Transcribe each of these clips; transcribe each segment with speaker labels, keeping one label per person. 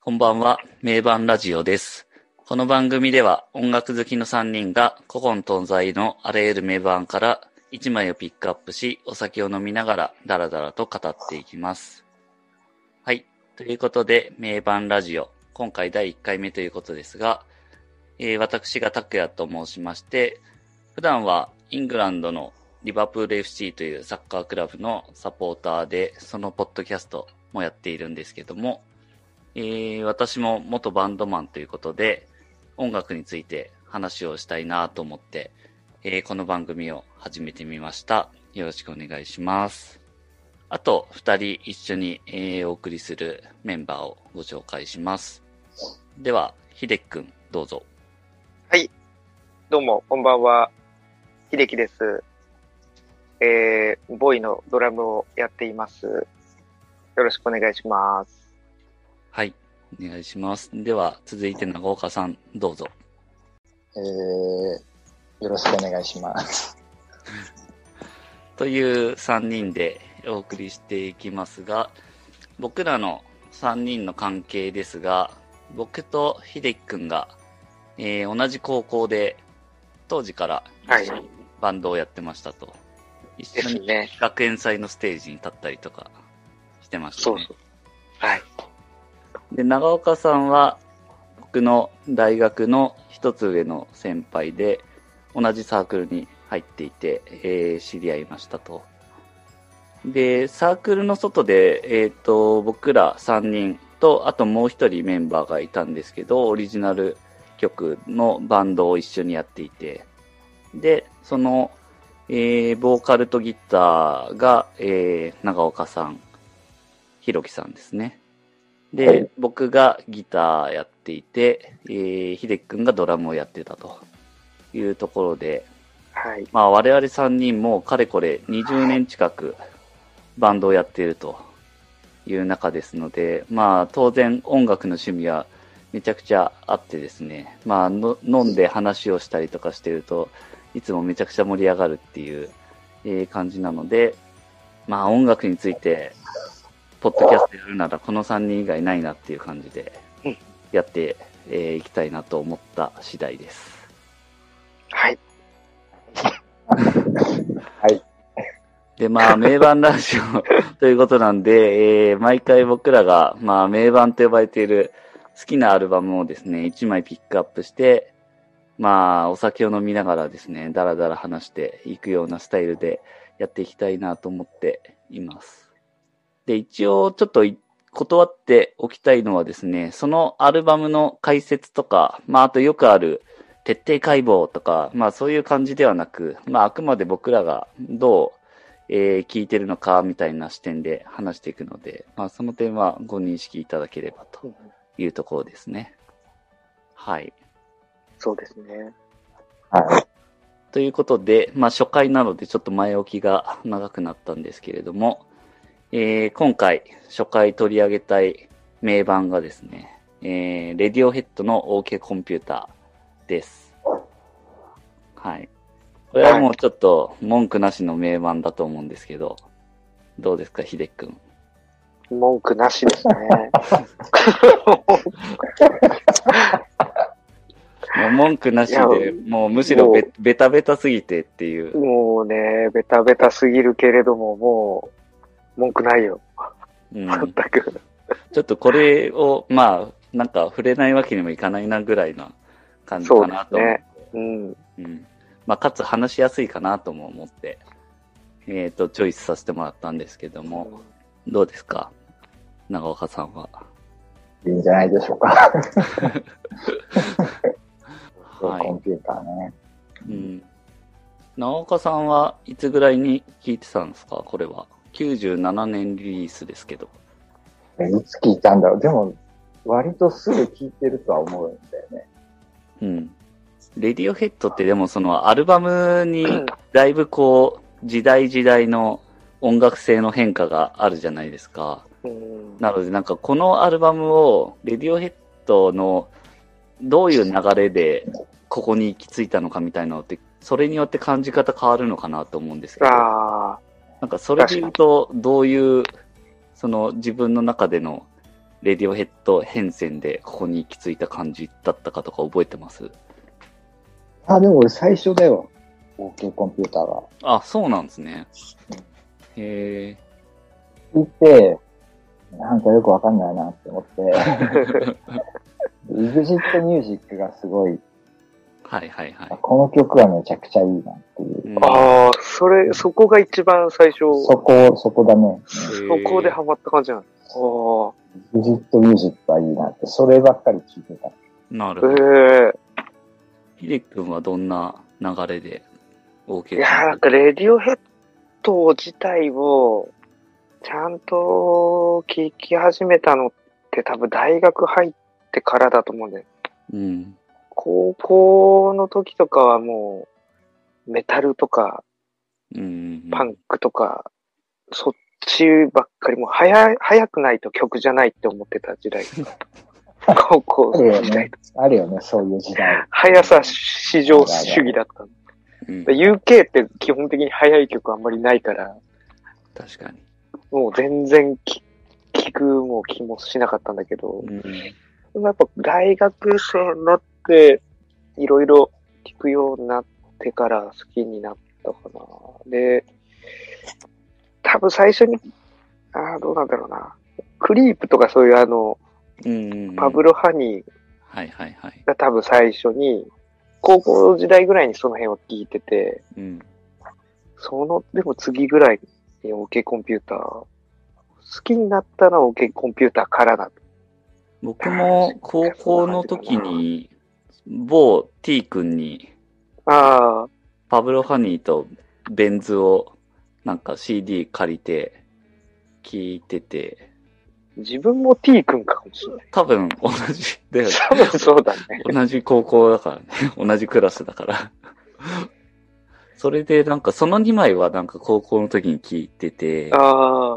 Speaker 1: こんばんは、名盤ラジオです。この番組では音楽好きの3人が古今東西のあらゆる名盤から1枚をピックアップし、お酒を飲みながらダラダラと語っていきます。はい。ということで、名盤ラジオ、今回第1回目ということですが、えー私が拓也と申しまして、普段はイングランドのリバプール FC というサッカークラブのサポーターで、そのポッドキャストもやっているんですけども、えー私も元バンドマンということで、音楽について話をしたいなと思って、えーこの番組を始めてみました。よろしくお願いします。あと、二人一緒に、えーお送りするメンバーをご紹介します。では、ひでっくん、どうぞ。
Speaker 2: どうも、こんばんは。秀樹です。えー、ボーイのドラムをやっています。よろしくお願いします。
Speaker 1: はい、お願いします。では、続いて長岡さん、どうぞ。
Speaker 3: えー、よろしくお願いします。
Speaker 1: という3人でお送りしていきますが、僕らの3人の関係ですが、僕と秀樹くんが、えー同じ高校で、当時から一緒にバンドをやってましたと。一
Speaker 2: で
Speaker 1: 緒
Speaker 2: す
Speaker 1: に
Speaker 2: ね。
Speaker 1: 学園祭のステージに立ったりとかしてました
Speaker 2: そう
Speaker 1: ね。
Speaker 2: そう。はい。
Speaker 1: で、長岡さんは、僕の大学の一つ上の先輩で、同じサークルに入っていて、えー知り合いましたと。で、サークルの外で、えっ、と、僕ら3人と、あともう一人メンバーがいたんですけど、オリジナル曲のバンドを一緒にやっていて、で、その、えーボーカルとギターが、えー長岡さん、ひろきさんですね。で、僕がギターやっていて、えー、ひでくんがドラムをやってたというところで、
Speaker 2: はい。
Speaker 1: まあ、我々3人もかれこれ20年近くバンドをやっているという中ですので、まあ、当然音楽の趣味はめちゃくちゃあってですね、まあ、の飲んで話をしたりとかしてるといつもめちゃくちゃ盛り上がるっていう、えー感じなので、まあ、音楽についてポッドキャストやるならこの3人以外ないなっていう感じで
Speaker 2: うん
Speaker 1: やってい、えーいきたいなと思った次第です。
Speaker 2: はい。
Speaker 1: で、まあ、名盤ラジオということなんで、えー毎回僕らが、まあ、名盤と呼ばれている好きなアルバムをですね、1枚ピックアップして、まあ、お酒を飲みながらですね、だらだら話していくようなスタイルでやっていきたいなと思っています。で、一応、ちょっとい断っておきたいのはですね、そのアルバムの解説とか、まあ、あとよくある、徹底解剖とか、まあそういう感じではなく、まああくまで僕らがどうえー聞いてるのかみたいな視点で話していくので、まあ、その点はご認識いただければというところですね。はい。
Speaker 2: そうですね。
Speaker 3: はい。
Speaker 1: ということで、まあ、初回なのでちょっと前置きが長くなったんですけれども、えー今回初回取り上げたい名盤がですね、えーレディオヘッドの OK コンピューターです。はい。これはもうちょっと文句なしの名盤だと思うんですけど、どうですか、ひでくん。
Speaker 2: 文句なしですね。
Speaker 1: もう文句なし
Speaker 2: いや
Speaker 1: で、もうむしろ
Speaker 2: も
Speaker 1: ベベタベタすぎてっていう。
Speaker 2: もうね、ベタベタすぎるけれども、もう、文句ないよ。
Speaker 1: うん、
Speaker 2: 全く。
Speaker 1: ちょっとこれを、まあ、なんか触れないわけにもいかないなぐらいな感じか
Speaker 2: そうで
Speaker 1: な
Speaker 2: す
Speaker 1: と思う。
Speaker 2: ね。うん。
Speaker 1: うん。まあ、かつ話しやすいかなとも思って、えっ、と、チョイスさせてもらったんですけども、どうですか長岡さんは。
Speaker 3: いいんじゃないでしょうか。コ
Speaker 1: は
Speaker 3: ンピューターね。
Speaker 1: い。うん。長岡さんはいつぐらいに聞いてたんですかこれは。97年リリースですけど。
Speaker 3: いつ聞いたんだろう。でも、割とすぐ聞いてるとは思うんだよね。
Speaker 1: うん。レディオヘッドってでもそのアルバムにだいぶこう時代時代の音楽性の変化があるじゃないですか。
Speaker 2: うん
Speaker 1: なのでなんかこのアルバムをレディオヘッドのどういう流れでここに行き着いたのかみたいなのってそれによって感じ方変わるのかなと思うんですけど。
Speaker 2: ああ、
Speaker 1: なんかそれで言うと、どういう、その自分の中でのレディオヘッド変遷でここに行き着いた感じだったかとか覚えてます
Speaker 3: あ、でも俺最初だよ。OK コンピューターが。
Speaker 1: あ、そうなんですね。へ
Speaker 3: 聞いて、なんかよくわかんないなって思って、EXIT ミュージックがすごい、
Speaker 1: ーはいはいはい
Speaker 3: あ。この曲はめちゃくちゃいいなっていう。
Speaker 1: うん
Speaker 2: ああ、それ、そこが一番最初、
Speaker 3: そこ、そこだね。
Speaker 2: そこでハマった感じなの。
Speaker 3: EXIT ミュージックはいいなって、そればっかり聞いてた。
Speaker 1: なる
Speaker 2: ああ、
Speaker 1: ほど。
Speaker 2: え
Speaker 1: ヒデ君はどんな流れで
Speaker 2: え
Speaker 1: OK
Speaker 2: いやーなんか、レディオヘッド自体を、ちゃんと聞き始めたのって多分大学入ってからだと思うんだよね
Speaker 1: うん。
Speaker 2: 高校の時とかはもう、メタルとか、
Speaker 1: うん。
Speaker 2: パンクとか、そっちばっかり、もう早い、早くないと曲じゃないって思ってた時代。高校
Speaker 3: あるよ
Speaker 2: 時代
Speaker 3: ね。。あるよね、そういう時代。
Speaker 2: 速さ至上主義だったの。
Speaker 1: うん。
Speaker 2: UK って基本的に速い曲あんまりないから、
Speaker 1: 確かに。
Speaker 2: もう全然き聞くも気もしなかったんだけど、
Speaker 1: うん。
Speaker 2: でもやっぱ大学生になって、いろいろ聞くようになってから好きになったかな。で、多分最初に、ああ、どうなんだろうな。クリープとかそういうあの、
Speaker 1: うんうん。
Speaker 2: パブロハニー
Speaker 1: はいはいはい。
Speaker 2: が多分最初に、高校時代ぐらいにその辺を聞いてて、
Speaker 1: うん。
Speaker 2: その、でも次ぐらいに OK コンピューター、好きになったのは OK コンピューターからだ。
Speaker 1: 僕も高校の時に、某 T 君に
Speaker 2: ああ、
Speaker 1: パブロ・ハニーとベンズをなんか CD 借りて聞いてて、
Speaker 2: 自分も T 君かもしれない。
Speaker 1: 多分同じだよね。
Speaker 2: 多分そうだね。
Speaker 1: 同じ高校だからね。 同じクラスだから。それでなんかその2枚はなんか高校の時に聞いてて、
Speaker 2: ああ、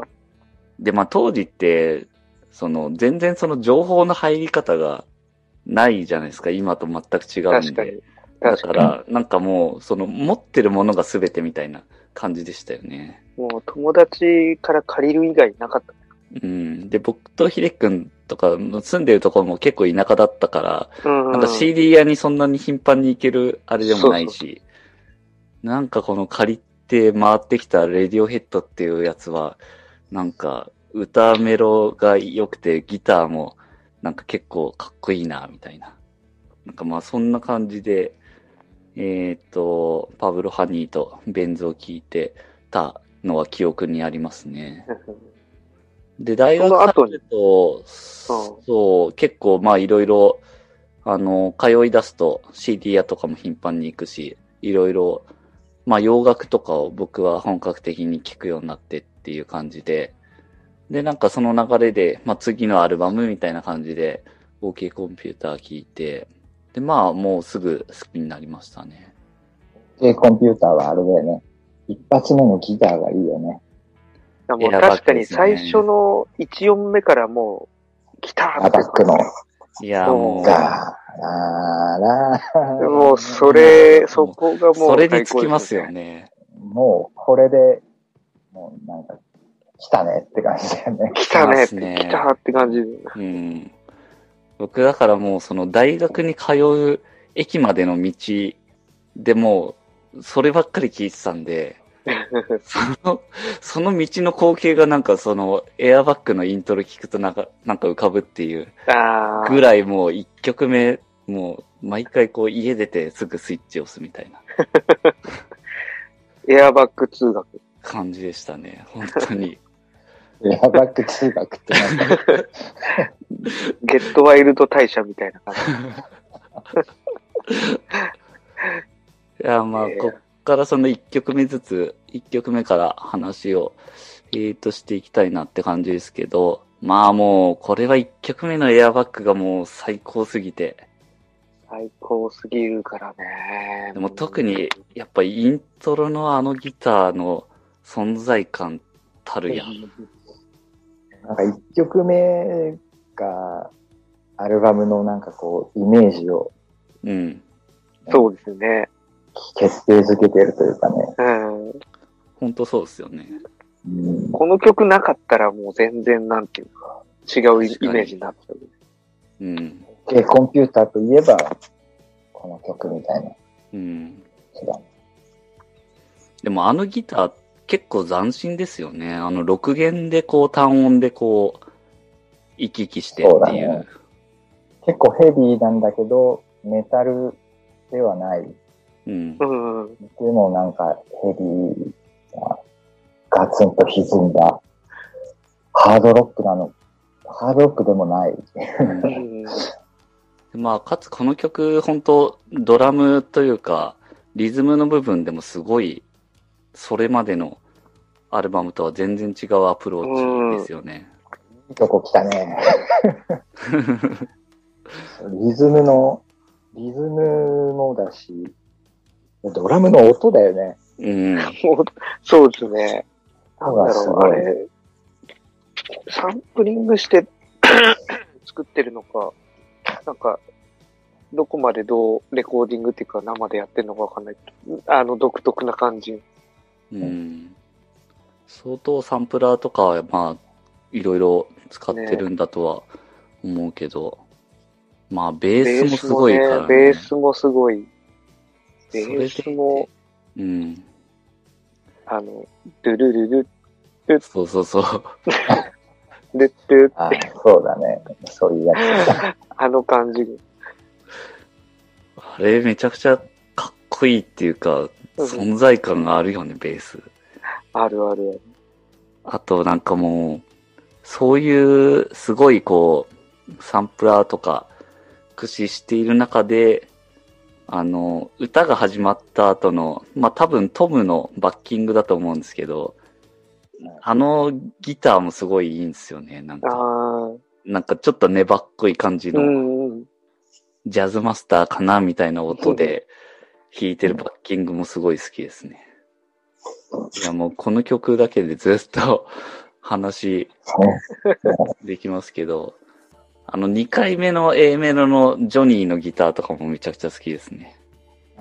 Speaker 1: でまあ当時って、その全然その情報の入り方がないじゃないですか。今と全く違うん
Speaker 2: 確か
Speaker 1: で。
Speaker 2: に。
Speaker 1: だ
Speaker 2: 確
Speaker 1: か
Speaker 2: かに。
Speaker 1: ら、なんかもう、その持ってるものが全てみたいな感じでしたよね。
Speaker 2: もう友達から借りる以外なかった。
Speaker 1: うん。で、僕とヒデ君とか、住んでるところも結構田舎だったから、
Speaker 2: うん。
Speaker 1: なんか CD 屋にそんなに頻繁に行けるあれでもないし、なんかこの借りて回ってきたレディオヘッドっていうやつは、なんか歌メロが良くてギターもなんか結構かっこいいな、みたいな。なんかまあそんな感じで、えっ、と、パブロ・ハニーとベンズを聞いてたのは記憶にありますね。で、大学
Speaker 2: その後に
Speaker 1: 入ると、そう、結構まあいろいろ、あの、通い出すと CD 屋とかも頻繁に行くし、いろいろ、まあ洋楽とかを僕は本格的に聴くようになってっていう感じで、で、なんかその流れで、まあ次のアルバムみたいな感じで、OK コンピューター聴いて、で、まあもうすぐ好きになりましたね。
Speaker 3: OK コンピューターはあれだよね。一発目のギターがいいよね。
Speaker 2: だからも
Speaker 1: エ
Speaker 2: う
Speaker 1: アバッ
Speaker 2: 確
Speaker 1: グ
Speaker 2: か
Speaker 1: で
Speaker 2: に
Speaker 1: すね
Speaker 2: 最初の1音目からもう、来たー
Speaker 3: ア
Speaker 2: って
Speaker 3: タックの。
Speaker 1: いやー
Speaker 2: そう
Speaker 1: も
Speaker 3: ガー
Speaker 1: う、
Speaker 3: ラーラー。
Speaker 2: もうそれ、そこがもう
Speaker 1: それにつきますよ
Speaker 2: ね。
Speaker 1: ね。
Speaker 3: もうこれで、もうなんか、来たねって感じだよね。
Speaker 2: 来たねっ
Speaker 1: 来
Speaker 2: て、
Speaker 1: ますね
Speaker 2: 来たーって感じ。
Speaker 1: うん。僕だからもうその大学に通う駅までの道でもうそればっかり聞いてたんで、その、その道の光景がなんかそのエアバッグのイントロ聞くとなんか、なんか浮かぶっていう
Speaker 2: あ
Speaker 1: ぐらいもう一曲目、もう毎回こう家出てすぐスイッチ押すみたいな
Speaker 2: ーエアバッグ通学。
Speaker 1: 感じでしたね。本当に。
Speaker 3: エアバック通学ってなんか、
Speaker 2: ゲットワイルド大社みたいな感じ。
Speaker 1: いや、まあ、
Speaker 2: ええ
Speaker 1: こっからその1曲目ずつ、1曲目から話を、えーとしていきたいなって感じですけど、まあもう、これは1曲目のエアバッグがもう最高すぎて、
Speaker 2: 最高すぎるからね。
Speaker 1: でも特に、やっぱイントロのあのギターの存在感たるやん。
Speaker 3: なんか一曲目が、アルバムのなんかこう、イメージを
Speaker 1: うん。
Speaker 2: そうですね。
Speaker 3: 決定づけてるというかね。
Speaker 2: うん。
Speaker 1: ほんとそうですよね。
Speaker 3: うん、
Speaker 2: この曲なかったらもう全然なんていうか、違うイ
Speaker 1: 確かに
Speaker 2: メージになった。
Speaker 1: うん。
Speaker 3: で、コンピューターといえば、この曲みたいな。
Speaker 1: うん。
Speaker 3: そうだ
Speaker 1: でもあのギター結構斬新ですよね。あの6弦でこう単音でこう行き来して
Speaker 3: そ
Speaker 1: っ
Speaker 3: うだ
Speaker 1: てい
Speaker 3: ね
Speaker 1: う。
Speaker 3: 結構ヘビーなんだけど、メタルではない。で
Speaker 1: う ん。
Speaker 2: うん。
Speaker 3: もなんかヘビーな、ガツンと歪んだ、ハードロックなの。ハードロックでもない。
Speaker 1: うん
Speaker 2: うん。
Speaker 1: まあ、かつこの曲、本当ドラムというか、リズムの部分でもすごい、それまでのアルバムとは全然違うアプローチですよね。
Speaker 3: いいとこ来たね。 リズムの、リズムもだし、ドラムの音だよね。
Speaker 1: うん。
Speaker 2: もうそうですね。なんだろ
Speaker 3: す
Speaker 2: う、
Speaker 3: ご
Speaker 2: あ
Speaker 3: い
Speaker 2: れ、サンプリングして 作ってるのか、なんか、どこまでどうレコーディングっていうか生でやってるのかわかんない。あの、独特な感じ。
Speaker 1: うん。相当サンプラーとかは、まあ、いろいろ使ってるんだとは思うけど、まあ、ベースもすごいからね。
Speaker 2: ベースもすごい。ベ
Speaker 1: それで
Speaker 2: ー
Speaker 1: いて
Speaker 2: スも、
Speaker 1: うん。
Speaker 2: あの、ルルルル、
Speaker 1: そうそうそう。
Speaker 2: ルル、
Speaker 3: あそうだね。そういうやつ。
Speaker 2: あの感じ。
Speaker 1: あれ、めちゃくちゃかっこいいっていうか、存在感があるよね、ベース。
Speaker 2: あるある。
Speaker 1: あとなんかもう、そういうすごいこう、サンプラーとか駆使している中で、あの、歌が始まった後の、まあ、多分トムのバッキングだと思うんですけど、あのギターもすごいいいんですよね。なん
Speaker 2: あ
Speaker 1: か、
Speaker 2: あ、
Speaker 1: なんかちょっと粘っこい感じ
Speaker 2: う
Speaker 1: の、
Speaker 2: んうん。
Speaker 1: ジャズマスターかなみたいな音で弾いてるバッキングもすごい好きですね。いやもうこの曲だけでずっと 話できますけど、あの2回目の A メロのジョニーのギターとかもめちゃくちゃ好きですね。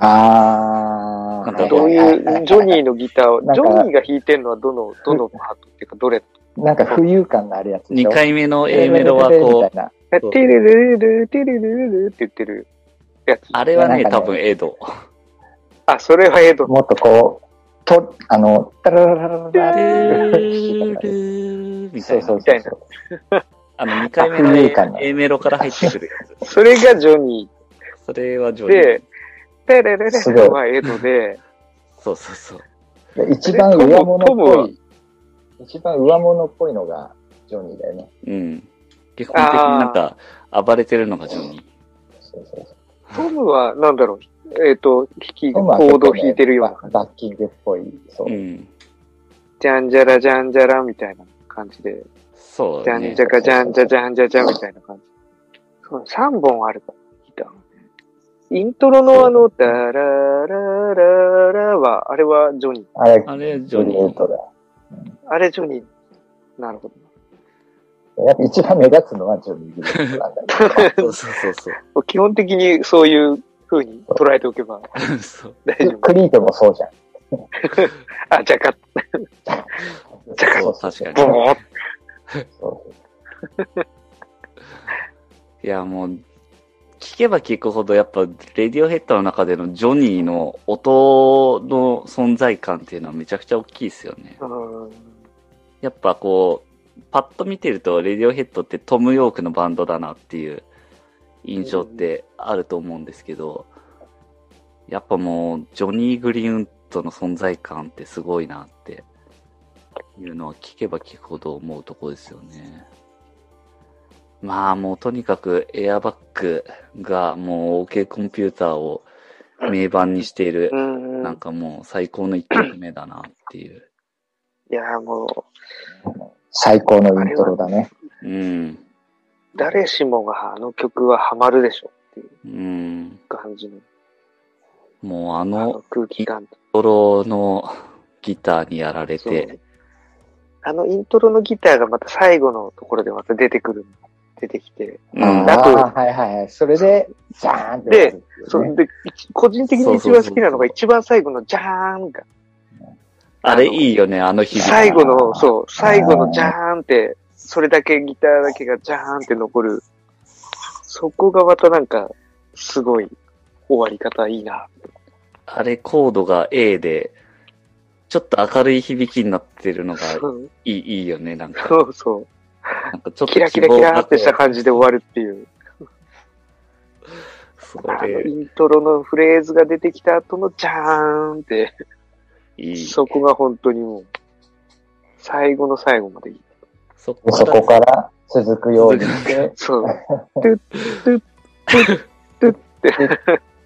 Speaker 3: あ
Speaker 1: なんか
Speaker 3: ー。
Speaker 2: どういう、ジョニーのギターを、
Speaker 3: なん
Speaker 2: ジ
Speaker 3: か
Speaker 2: ョニーが弾いてるのはどの、どのパートっていうか、どれ
Speaker 3: なんか浮遊感のあるやつでし
Speaker 1: 2
Speaker 3: ょ。
Speaker 1: 回目の A メロは
Speaker 3: み
Speaker 1: こう、
Speaker 3: たいな
Speaker 2: え
Speaker 1: そう
Speaker 2: テレレレレ、テレレレレって言ってるやつ。
Speaker 1: あれはね、
Speaker 3: なん
Speaker 1: 多
Speaker 3: か
Speaker 1: 分
Speaker 3: ね
Speaker 1: エド。
Speaker 2: あ、それはエド。
Speaker 3: もっとこう、と、あの、タララララ
Speaker 1: ル
Speaker 3: ラ
Speaker 1: ー
Speaker 3: って
Speaker 1: ル
Speaker 3: いう弾き方ね
Speaker 1: ーみた
Speaker 3: そ
Speaker 1: いう
Speaker 3: そ
Speaker 1: な
Speaker 3: う。そうそう。
Speaker 1: あの2回目の
Speaker 3: あ浮遊感
Speaker 1: A,
Speaker 3: の
Speaker 1: A メロから入ってくるや つ。
Speaker 2: それがジョニ
Speaker 1: それはジョ
Speaker 2: ー
Speaker 1: ニー
Speaker 2: で。、テレレレレはエドで、
Speaker 1: そうそうそう。
Speaker 3: で一番上物っぽい、一番上物っぽいのがジョニーだよね。
Speaker 1: うん。基本的になんか、暴れてるのがジョニー。
Speaker 3: そうそうそ
Speaker 2: ト
Speaker 3: う。
Speaker 2: ムはなんだろう、えっと、弾き、コ
Speaker 3: トムは
Speaker 2: ード
Speaker 3: ちょっとね
Speaker 2: 弾いてるような感
Speaker 3: ババッキングっぽい。そうう。
Speaker 1: ん。
Speaker 2: じ。じゃんじゃらじゃんじゃらみたいな感じで、
Speaker 1: そう
Speaker 2: じ
Speaker 1: だ
Speaker 2: ゃん
Speaker 1: ね
Speaker 2: じ。ゃかじゃんじゃじゃんじゃじゃみたいな感じ。そう、3本あるから、ギター。イントロのあの、ダララララは、あれはジョニー。
Speaker 3: あれ、
Speaker 1: あれ、ジ
Speaker 3: ジ
Speaker 1: ョ
Speaker 3: ョ
Speaker 1: ニ
Speaker 3: ニー
Speaker 1: ー。
Speaker 3: とだ。
Speaker 2: あれジョニー。なるほど。
Speaker 3: やっぱ一番目立つのはジョニー・ギブスなんだけど。
Speaker 1: そうそうそうそ
Speaker 2: 基本的にそういう風に捉えておけば
Speaker 1: う。そう
Speaker 2: 大丈夫。
Speaker 3: クリープもそうじゃん。
Speaker 2: あ、じゃか、
Speaker 1: そう確か
Speaker 2: ボ
Speaker 1: に
Speaker 2: ーン
Speaker 3: そう
Speaker 1: いや、もう、聞けば聞くほど、やっぱ、レディオヘッドの中でのジョニーの音の存在感っていうのはめちゃくちゃ大きいですよね。
Speaker 2: うん
Speaker 1: やっぱこう、パッと見てると、レディオヘッドってトム・ヨークのバンドだなっていう印象ってあると思うんですけど、やっぱもう、ジョニー・グリーンウッドの存在感ってすごいなっていうのは聞けば聞くほど思うとこですよね。まあもうとにかくエアバッグがもう OK コンピューターを名盤にしている
Speaker 2: う、んう
Speaker 1: なん
Speaker 2: ん。
Speaker 1: かもう最高の一曲目だなっていう。
Speaker 2: いや、もう、
Speaker 3: 最高のイントロだね。
Speaker 1: うん。
Speaker 2: 誰しもがあの曲はハマるでしょっていう
Speaker 1: うん。
Speaker 2: 感じの
Speaker 1: もうあ
Speaker 2: あ
Speaker 1: の
Speaker 2: の空気感
Speaker 1: ドロのギターにやられ
Speaker 2: そ
Speaker 1: て
Speaker 2: う、あのイントロのギターがまた最後のところでまた出てくる。出てきて。
Speaker 1: う
Speaker 3: あ
Speaker 1: ん、
Speaker 2: だ
Speaker 3: あ、はいはいはい。それで、ジャーンってなるっていうね。
Speaker 2: それで、一個人的に一番好きなのが一番最後のジャーンが。
Speaker 1: あれいいよね、あの日々。
Speaker 2: 最後の、そう、最後のジャーンって、それだけギターだけがジャーンって残る。そこがまたなんか、すごい終わり方いいな。
Speaker 1: あれ、コードが A で、ちょっと明るい響きになってるのが
Speaker 2: うん
Speaker 1: いいいいよね、なんか。
Speaker 2: そうそう。
Speaker 1: なんかちょっと
Speaker 2: キラキラキラーってした感じで終わるっていう。
Speaker 1: そ
Speaker 2: あの
Speaker 1: れ、
Speaker 2: イントロのフレーズが出てきた後のジャーンって、
Speaker 1: いい。
Speaker 2: そこが本当にもう、最後の最後までいい。
Speaker 1: そ
Speaker 3: で
Speaker 1: こ
Speaker 3: そこから続くようにして、
Speaker 2: そう。トゥットゥットゥットゥッ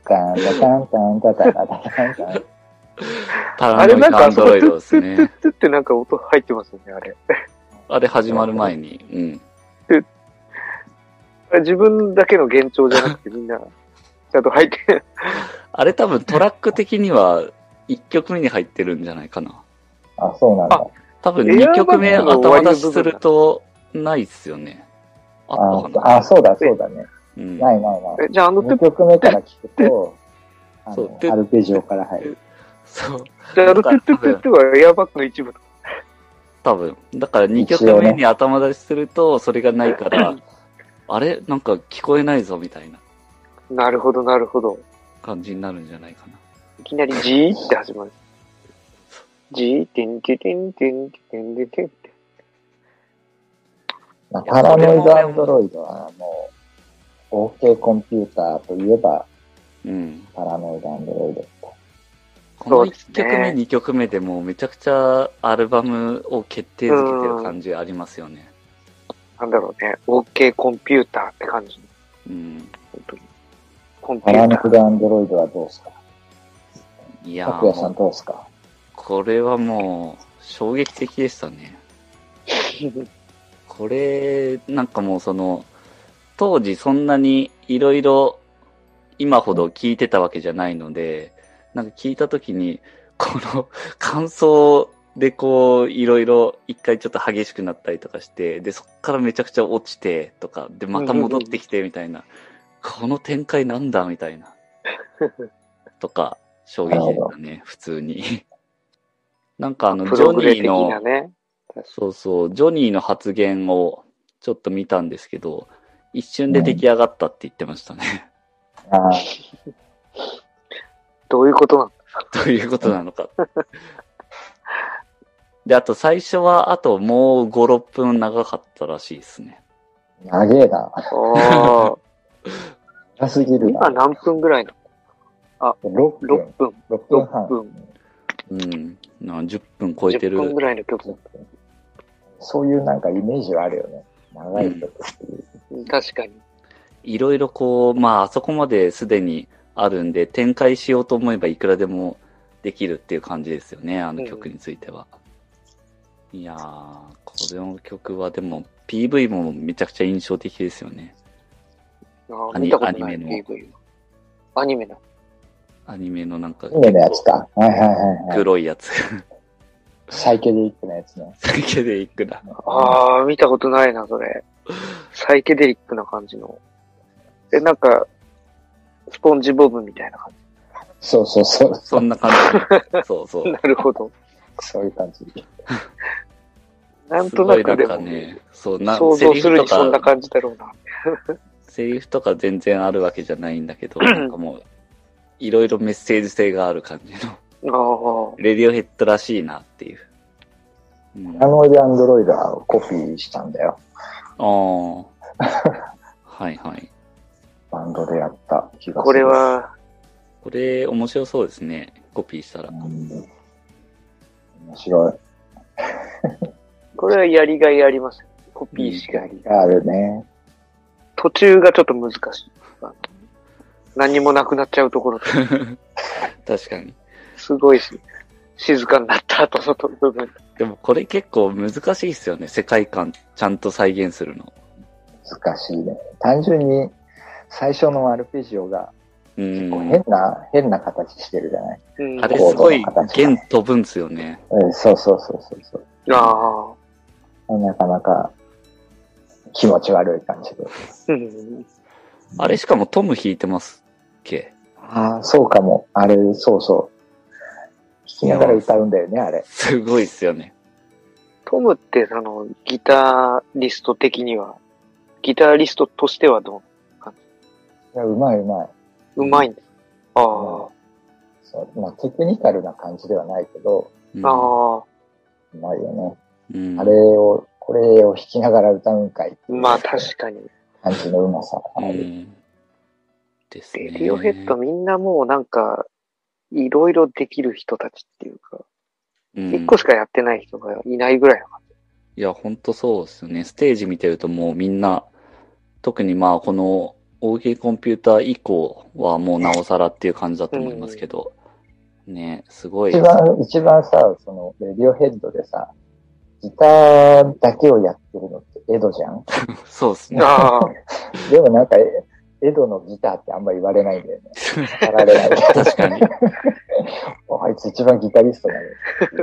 Speaker 3: タンタタンタンタタタタンタン。
Speaker 1: パラ
Speaker 2: あれ
Speaker 1: ノイ
Speaker 2: なん
Speaker 1: ド
Speaker 2: か
Speaker 1: ア
Speaker 2: あ
Speaker 1: ンド
Speaker 2: そ
Speaker 1: ロイ
Speaker 2: こトゥッ
Speaker 1: ドで
Speaker 2: ト
Speaker 1: す
Speaker 2: ゥ
Speaker 1: ね
Speaker 2: ットゥッ。トゥってなんか音入ってますよね、あれ。
Speaker 1: あれ始まる前に。うん。
Speaker 2: 自分だけの幻聴じゃなくてみんな、ちゃんと入って、
Speaker 1: あれ多分トラック的には1曲目に入ってるんじゃないかな。
Speaker 3: あ、そうなんだ。
Speaker 1: 多分
Speaker 2: エア
Speaker 1: 2
Speaker 2: ー
Speaker 1: 曲目
Speaker 2: バッグの終わ
Speaker 1: 頭
Speaker 2: りの
Speaker 1: 出
Speaker 2: 部分
Speaker 1: しするとないっすよね。あったか
Speaker 3: あ
Speaker 1: な
Speaker 3: あ、そうだ、そうだね。
Speaker 1: うん。
Speaker 3: ないないない。
Speaker 2: えじゃああのトゥ
Speaker 3: 2
Speaker 2: ッ、
Speaker 3: 曲目から聞くと、あ
Speaker 1: そう
Speaker 3: の
Speaker 1: で
Speaker 3: アルペジオから入る。
Speaker 1: そう。
Speaker 2: じゃああのトゥットゥットゥットゥはエアバッグの一部。
Speaker 1: 多分。だから2曲目に頭出しすると、それがない から、あれなんか聞こえないぞみたいな
Speaker 2: なるほど、なるほど。
Speaker 1: 感じになるんじゃないかな。
Speaker 2: いきなりジーって始まる。ジーってんてんてんてんてんてんてんてん。
Speaker 3: まあ
Speaker 1: いや
Speaker 3: パラノイドアンドロイドは、もう、OK コンピューターといえば、
Speaker 1: うん。
Speaker 3: パラノイドアンドロイド。
Speaker 1: この
Speaker 2: そうです
Speaker 1: 1
Speaker 2: ね
Speaker 1: 曲目、2曲目でもうめちゃくちゃアルバムを決定づけてる感じありますよね。
Speaker 2: なんだろうね。OK コンピューターって感じ。
Speaker 1: うん。
Speaker 2: 本当に。コンピ
Speaker 3: パ
Speaker 2: ュ
Speaker 3: ラ
Speaker 2: ー
Speaker 3: ノ
Speaker 2: タ
Speaker 3: イ
Speaker 2: ー。
Speaker 3: ドアンドロイドはどうですか
Speaker 1: いやー
Speaker 3: 拓也さんどうですか
Speaker 1: これはもう衝撃的でしたね。これ、なんかもうその、当時そんなにいろいろ今ほど聞いてたわけじゃないので、なんか聞いたときに、この感想でこう、いろいろ一回ちょっと激しくなったりとかして、で、そっからめちゃくちゃ落ちてとか、で、また戻ってきてみたいな、この展開なんだみたいな、とか、衝撃でしたね、普通に。 なんかあの、
Speaker 2: プ
Speaker 1: ジョ
Speaker 2: ログレ
Speaker 1: ニー
Speaker 2: 的
Speaker 1: の
Speaker 2: な、ね。
Speaker 1: そうそう、ジョニーの発言をちょっと見たんですけど、一瞬で出来上がったって言ってましたね。
Speaker 3: ああ、
Speaker 2: どういうことなの
Speaker 1: どういうことなのか。で、あと最初は、あともう5、6分長かったらしいですね。
Speaker 3: 長えな。
Speaker 2: ああ。
Speaker 3: 長すぎる
Speaker 2: 今
Speaker 3: な。
Speaker 2: 何分ぐらいな
Speaker 3: 6
Speaker 2: の
Speaker 3: 分
Speaker 2: ?6。分。
Speaker 3: 6分半。
Speaker 2: 6分
Speaker 1: うん。な10分超えて
Speaker 2: 10
Speaker 1: る。
Speaker 2: 分ぐらいの曲。
Speaker 3: そういうなんかイメージはあるよね。長い曲っていう。
Speaker 2: 確かに。
Speaker 1: いろいろこう、まあ、あそこまですでにあるんで、展開しようと思えばいくらでもできるっていう感じですよね、あの曲については。いやー、この曲はでも、PV もめちゃくちゃ印象的ですよね。
Speaker 2: あ
Speaker 1: ア
Speaker 2: あ
Speaker 1: ニ
Speaker 2: 見たことな
Speaker 1: ア
Speaker 2: い
Speaker 1: ニメ
Speaker 2: PV アニメな。
Speaker 1: アニメのなんか、
Speaker 3: 姫のやつか。はいはいはいはい。
Speaker 1: 黒いやつ。
Speaker 3: サイケデリックなやつね。
Speaker 1: サイケデリックな。
Speaker 2: ああ、見たことないな、それ。サイケデリックな感じの。え、なんか、スポンジボブみたいな感
Speaker 3: そうそうそう。
Speaker 1: そんな感じ。そうそ
Speaker 2: じ。
Speaker 1: う。
Speaker 2: なるほど。
Speaker 3: そういう感じ。
Speaker 2: なんとなくです
Speaker 1: ごいな
Speaker 2: も、
Speaker 1: んかね、そう、な
Speaker 2: 想
Speaker 1: セ
Speaker 2: 像
Speaker 1: リ
Speaker 2: す
Speaker 1: フ
Speaker 2: る
Speaker 1: と
Speaker 2: にそんな
Speaker 1: か、
Speaker 2: 感じだろうな。
Speaker 1: セリフとか全然あるわけじゃないんだけ ど、なんかもう、いろいろメッセージ性がある感じの。
Speaker 2: あ
Speaker 1: レディオヘッドらしいなっていう。うん、
Speaker 3: ア
Speaker 1: あ
Speaker 3: ノイドアンドロイドはコピーしたんだよ。
Speaker 1: ーはいはい。
Speaker 3: バンドでやった気
Speaker 2: あ、
Speaker 3: がする。
Speaker 2: これは、
Speaker 1: これ面白そうですね。コピーしたら
Speaker 3: う。ん。面白い。
Speaker 2: これはやりがいあります。コピーしがい。
Speaker 3: 光があるね。
Speaker 2: 途中がちょっと難しい。あの何もなくなっちゃうところとか、
Speaker 1: 確かに。
Speaker 2: すごいし、静かになった後の部分。
Speaker 1: でもこれ結構難しいですよね。世界観ちゃんと再現するの。
Speaker 3: 難しいね。単純に最初のアルペジオが
Speaker 1: う
Speaker 3: 結構
Speaker 1: ん
Speaker 3: 変。な、変な形してるじゃない、
Speaker 2: うん、
Speaker 1: あれ
Speaker 3: こ
Speaker 1: すごい
Speaker 3: コードの形
Speaker 1: 弦飛ぶんすよね。
Speaker 3: うん、そうそうそうそうそう。
Speaker 2: ああ、
Speaker 3: なかなか気持ち悪い感じで。
Speaker 2: うん。
Speaker 1: あれしかもトム弾いてますっけ
Speaker 3: ああ、そうかも。あれ、そうそう。弾きながら歌うんだよね、あれ。
Speaker 1: すごいっすよね。
Speaker 2: トムってそのギタリスト的には、ギタリストとしてはど
Speaker 3: いや、うまいうまい。
Speaker 2: ううまいんですああ、
Speaker 3: そうまあ、テクニカルな感じではないけど、
Speaker 1: うん
Speaker 2: あ
Speaker 3: うまいよ
Speaker 1: うん
Speaker 3: ね。あれを、これを弾きながら歌うんかいって
Speaker 2: あ、
Speaker 3: いう
Speaker 2: まあ確かに。
Speaker 3: 感じのうまさ
Speaker 1: う
Speaker 3: がある。
Speaker 1: ん。ですね。
Speaker 2: レディオヘッドみんなもうなんか、いろいろできる人たちっていうか、
Speaker 1: うん
Speaker 2: 一、個しかやってない人がいないぐらいの感
Speaker 1: いや、ほんとそうですよね。ステージ見てるともうみんな、特にまあこの OK コンピューター以降はもうなおさらっていう感じだと思いますけど、ね、すごい。
Speaker 3: 一番、一番さ、その、レディオヘッドでさ、ギターだけをやってるのってエドじゃん
Speaker 1: そうです
Speaker 2: じ。
Speaker 1: ね。
Speaker 2: ああ、
Speaker 3: でもなんか、えエドのギターってあんま言われないんだよね。語ら れない。
Speaker 1: 確かに。
Speaker 3: あいつ一番ギタリストな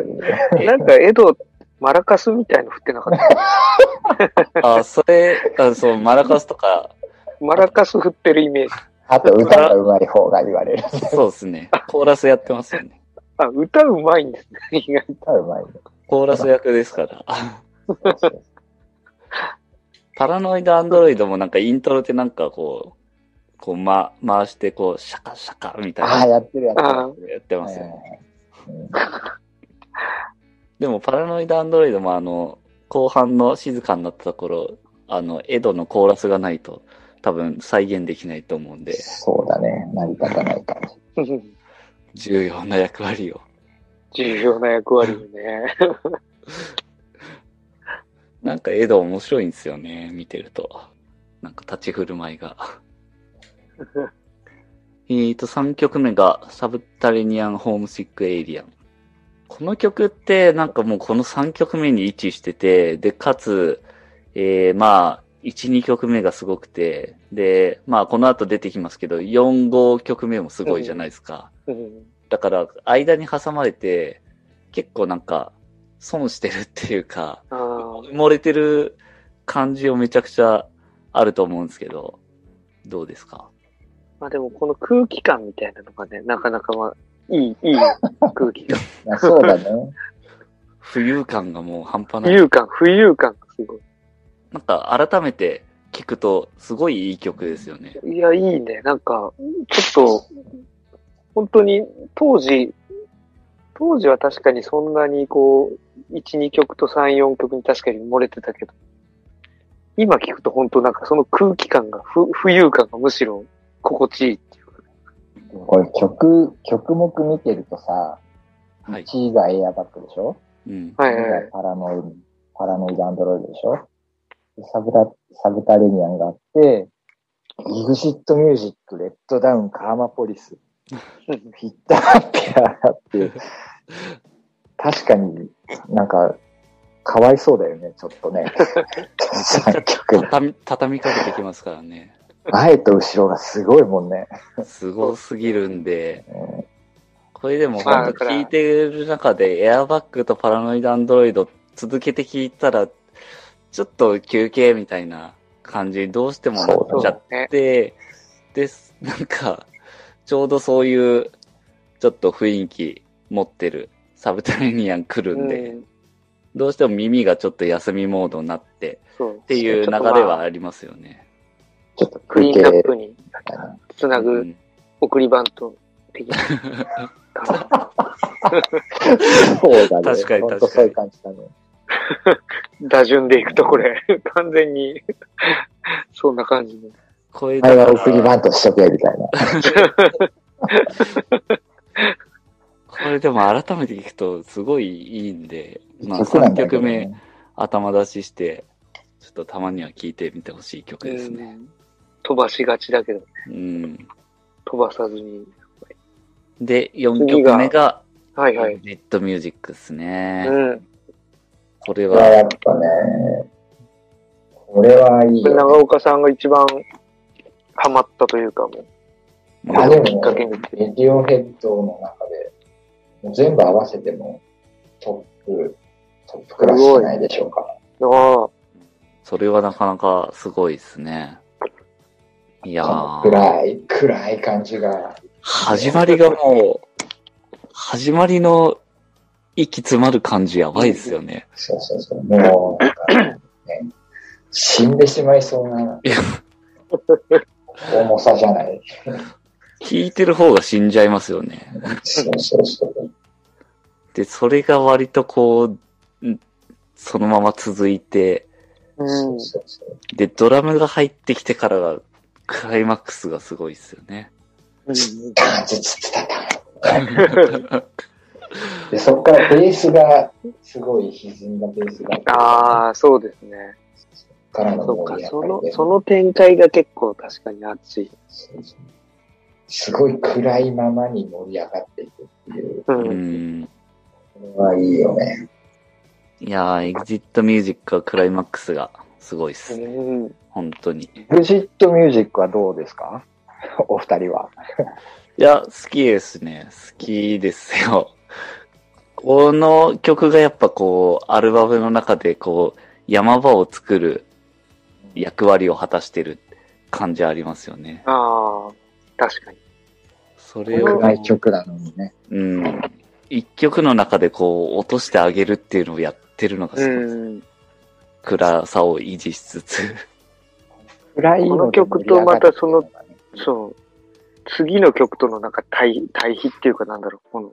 Speaker 3: の に。
Speaker 2: なんかエド、マラカスみたいの振ってなか った。
Speaker 1: あ、それ、あそう、マラカスとか、
Speaker 2: マラカス振ってるイメージ。
Speaker 3: あと歌が上手い方が言われる。
Speaker 1: そうですね。コーラスやってますよね。
Speaker 2: あ、歌うまいんですね、意外と。
Speaker 3: 歌うまいね。
Speaker 1: コーラス役ですから。
Speaker 3: そうそう
Speaker 1: パラノイドアンドロイドもなんかイントロでなんかこう、こう、ま、回してこう、シャカシャカみたい
Speaker 3: ああ、
Speaker 1: な
Speaker 3: やってるやってる。
Speaker 2: ああ
Speaker 1: やってま
Speaker 3: は
Speaker 1: す
Speaker 3: い
Speaker 1: よ
Speaker 3: はい
Speaker 1: ね。
Speaker 3: はいうん
Speaker 1: でも、パラノイドアンドロイドもあの、後半の静かになったところ、あの、エドのコーラスがないと、多分再現できないと思うんで、
Speaker 3: そうだね。成り立たない感じ。
Speaker 2: うん
Speaker 1: 重要な役割を。
Speaker 2: 重要な役割よね。
Speaker 1: なんかエド面白いんですよね、見てると。なんか立ち振る舞いが。えーと、3曲目が、サブタレニアン・ホームシック・エイリアン。この曲って、なんかもうこの3曲目に位置してて、で、かつ、えー、まあ、1、2曲目がすごくて、で、まあ、この後出てきますけど、4、5曲目もすごいじゃないですか。
Speaker 2: うん
Speaker 1: だから、間に挟まれて、結構なんか、損してるっていうか、
Speaker 2: あー
Speaker 1: 埋もれてる感じをめちゃくちゃあると思うんですけど、どうですか
Speaker 2: まあでもこの空気感みたいなのがね、なかなかまあ、いい、 いい空気感。
Speaker 3: まあ、 そうだね。
Speaker 1: 浮遊感がもう半端
Speaker 2: 浮
Speaker 1: ない。
Speaker 2: 遊感、浮遊感がすご
Speaker 1: なんか改めて聞くとすごいいい曲ですよね。
Speaker 2: い。いや、いいね。なんか、ちょっと、本当に当時、当時は確かにそんなにこう、1、2曲と3、4曲に確かに漏れてたけど、今聞くと本当なんかその空気感が、ふ浮遊感がむしろ心地いいっていうか。
Speaker 3: これ曲、曲目見てるとさ、
Speaker 1: はい。
Speaker 3: 1がエアバックでしょ
Speaker 1: うん。
Speaker 2: は
Speaker 3: ?2
Speaker 2: いはいはい
Speaker 3: が。パラノイパラノイドアンドロイドでしょでサブタ、サブタレニアンがあって、イグシットミュージック、レッドダウン、カーマポリス、フィッターピアラっていう。確かになんか、かわいそうだよね、ちょっとね。3曲。
Speaker 1: 畳み、畳みかけてきますからね。
Speaker 3: 前と後ろがすごいもんね。
Speaker 1: すごすぎるんで、
Speaker 3: うん
Speaker 1: これでも
Speaker 2: まあ
Speaker 1: 本当聞いてる中でエアバッグとパラノイドアンドロイド続けて聞いたら、ちょっと休憩みたいな感じにどうしてもな
Speaker 3: そ
Speaker 1: っ
Speaker 3: う
Speaker 1: ちゃ
Speaker 3: だ
Speaker 1: っ
Speaker 2: ね。
Speaker 1: で、です、なんか、ちょうどそういう、ちょっと雰囲気持ってるサブタレニアン来るんで、
Speaker 2: うん、
Speaker 1: どうしても耳がちょっと休みモードになって
Speaker 2: そう。
Speaker 1: っていう流れはありますよね。
Speaker 3: ちょっと
Speaker 2: クリ
Speaker 3: 空
Speaker 2: ーンナ
Speaker 3: 気
Speaker 2: ップに
Speaker 3: だな。
Speaker 2: つな
Speaker 1: う
Speaker 2: ぐ
Speaker 1: ん
Speaker 2: 送りバント的な。
Speaker 3: そうだね。
Speaker 1: 確かに
Speaker 3: ほんとそういう感じだね。
Speaker 2: 打順でいくとこれ、完全に、 そんな感じの。
Speaker 1: これ
Speaker 3: 前
Speaker 1: だ
Speaker 3: は
Speaker 1: か
Speaker 3: 送り
Speaker 1: ら、
Speaker 3: バントしとけみたいな。
Speaker 1: これでも改めて聞くとすごいいいんで、まあ
Speaker 3: 曲なん
Speaker 1: 3
Speaker 3: だけ
Speaker 1: 曲
Speaker 3: どね
Speaker 1: 目頭出しして、ちょっとたまには聞いてみてほしい曲ですね。
Speaker 2: うん飛ばしがちだけど、
Speaker 1: うん。
Speaker 2: 飛ばさずに。
Speaker 1: で、4曲目が、
Speaker 2: はいはい。
Speaker 1: ネットミュージックですね。
Speaker 2: うん。
Speaker 1: これ
Speaker 3: いや、
Speaker 1: は、
Speaker 3: やっぱね、これはいい
Speaker 2: これ
Speaker 3: よ。
Speaker 2: 長岡さんが一番ハマったというか、もう、
Speaker 1: ま
Speaker 3: あ
Speaker 1: あ
Speaker 3: で
Speaker 2: きっ
Speaker 3: も
Speaker 2: かけ
Speaker 3: ね
Speaker 2: にって、
Speaker 3: レディオヘッドの中で、もう全部合わせてもトップ、トップクラスじゃないでしょうか。
Speaker 2: ああ、
Speaker 1: それはなかなかすごいですね。いや
Speaker 3: この
Speaker 1: ー、
Speaker 3: 暗い、暗い感じが。
Speaker 1: 始まりがもう、始まりの息詰まる感じやばいですよね。
Speaker 3: そうそうそう。もう、なんかね、死んでしまいそうない
Speaker 1: や
Speaker 3: 重さじゃない。
Speaker 1: 聞いてる方が死んじゃいますよね。
Speaker 3: そうそうそう。
Speaker 1: で、それが割とこう、んそのまま続いて、
Speaker 3: そ
Speaker 2: うん
Speaker 3: う。そうそう
Speaker 1: で、ドラムが入ってきてからが、クライマックスがすごいですよね。
Speaker 2: うん
Speaker 3: ダーンズツツタタンで、そこからベースが、すごい歪んだベースが。あ。
Speaker 2: ああ、そうですね。
Speaker 3: からの
Speaker 2: そ
Speaker 3: も
Speaker 2: うか
Speaker 3: う、やっ
Speaker 2: そ
Speaker 3: ぱ
Speaker 2: の
Speaker 3: りね、
Speaker 2: その展開が結構確かに熱い。
Speaker 3: そうそうすごい暗いままに盛り上がっていくっていう。
Speaker 2: う。
Speaker 1: うんん。
Speaker 3: これはいいよね。
Speaker 1: いやー、エグジットミュージックはクライマックスがすごいっすね。
Speaker 2: うん。
Speaker 1: 本当に。い
Speaker 3: ブジットミュージックはどうですか お二人は。
Speaker 1: や、好きですね。好きですよ。この曲がやっぱこう、アルバムの中でこう、山場を作る役割を果たしてる感じありますよね。
Speaker 2: ああ、確かに。
Speaker 1: それを。
Speaker 3: 暗い曲なのにね。
Speaker 1: うん。一曲の中でこう、落としてあげるっていうのをやってるのがすごいです、
Speaker 2: うん。
Speaker 1: 暗さを維持しつつ。
Speaker 3: 暗い
Speaker 2: この曲とまたそのそう。次の曲とのなんか対対比っていうかなんだろう、この、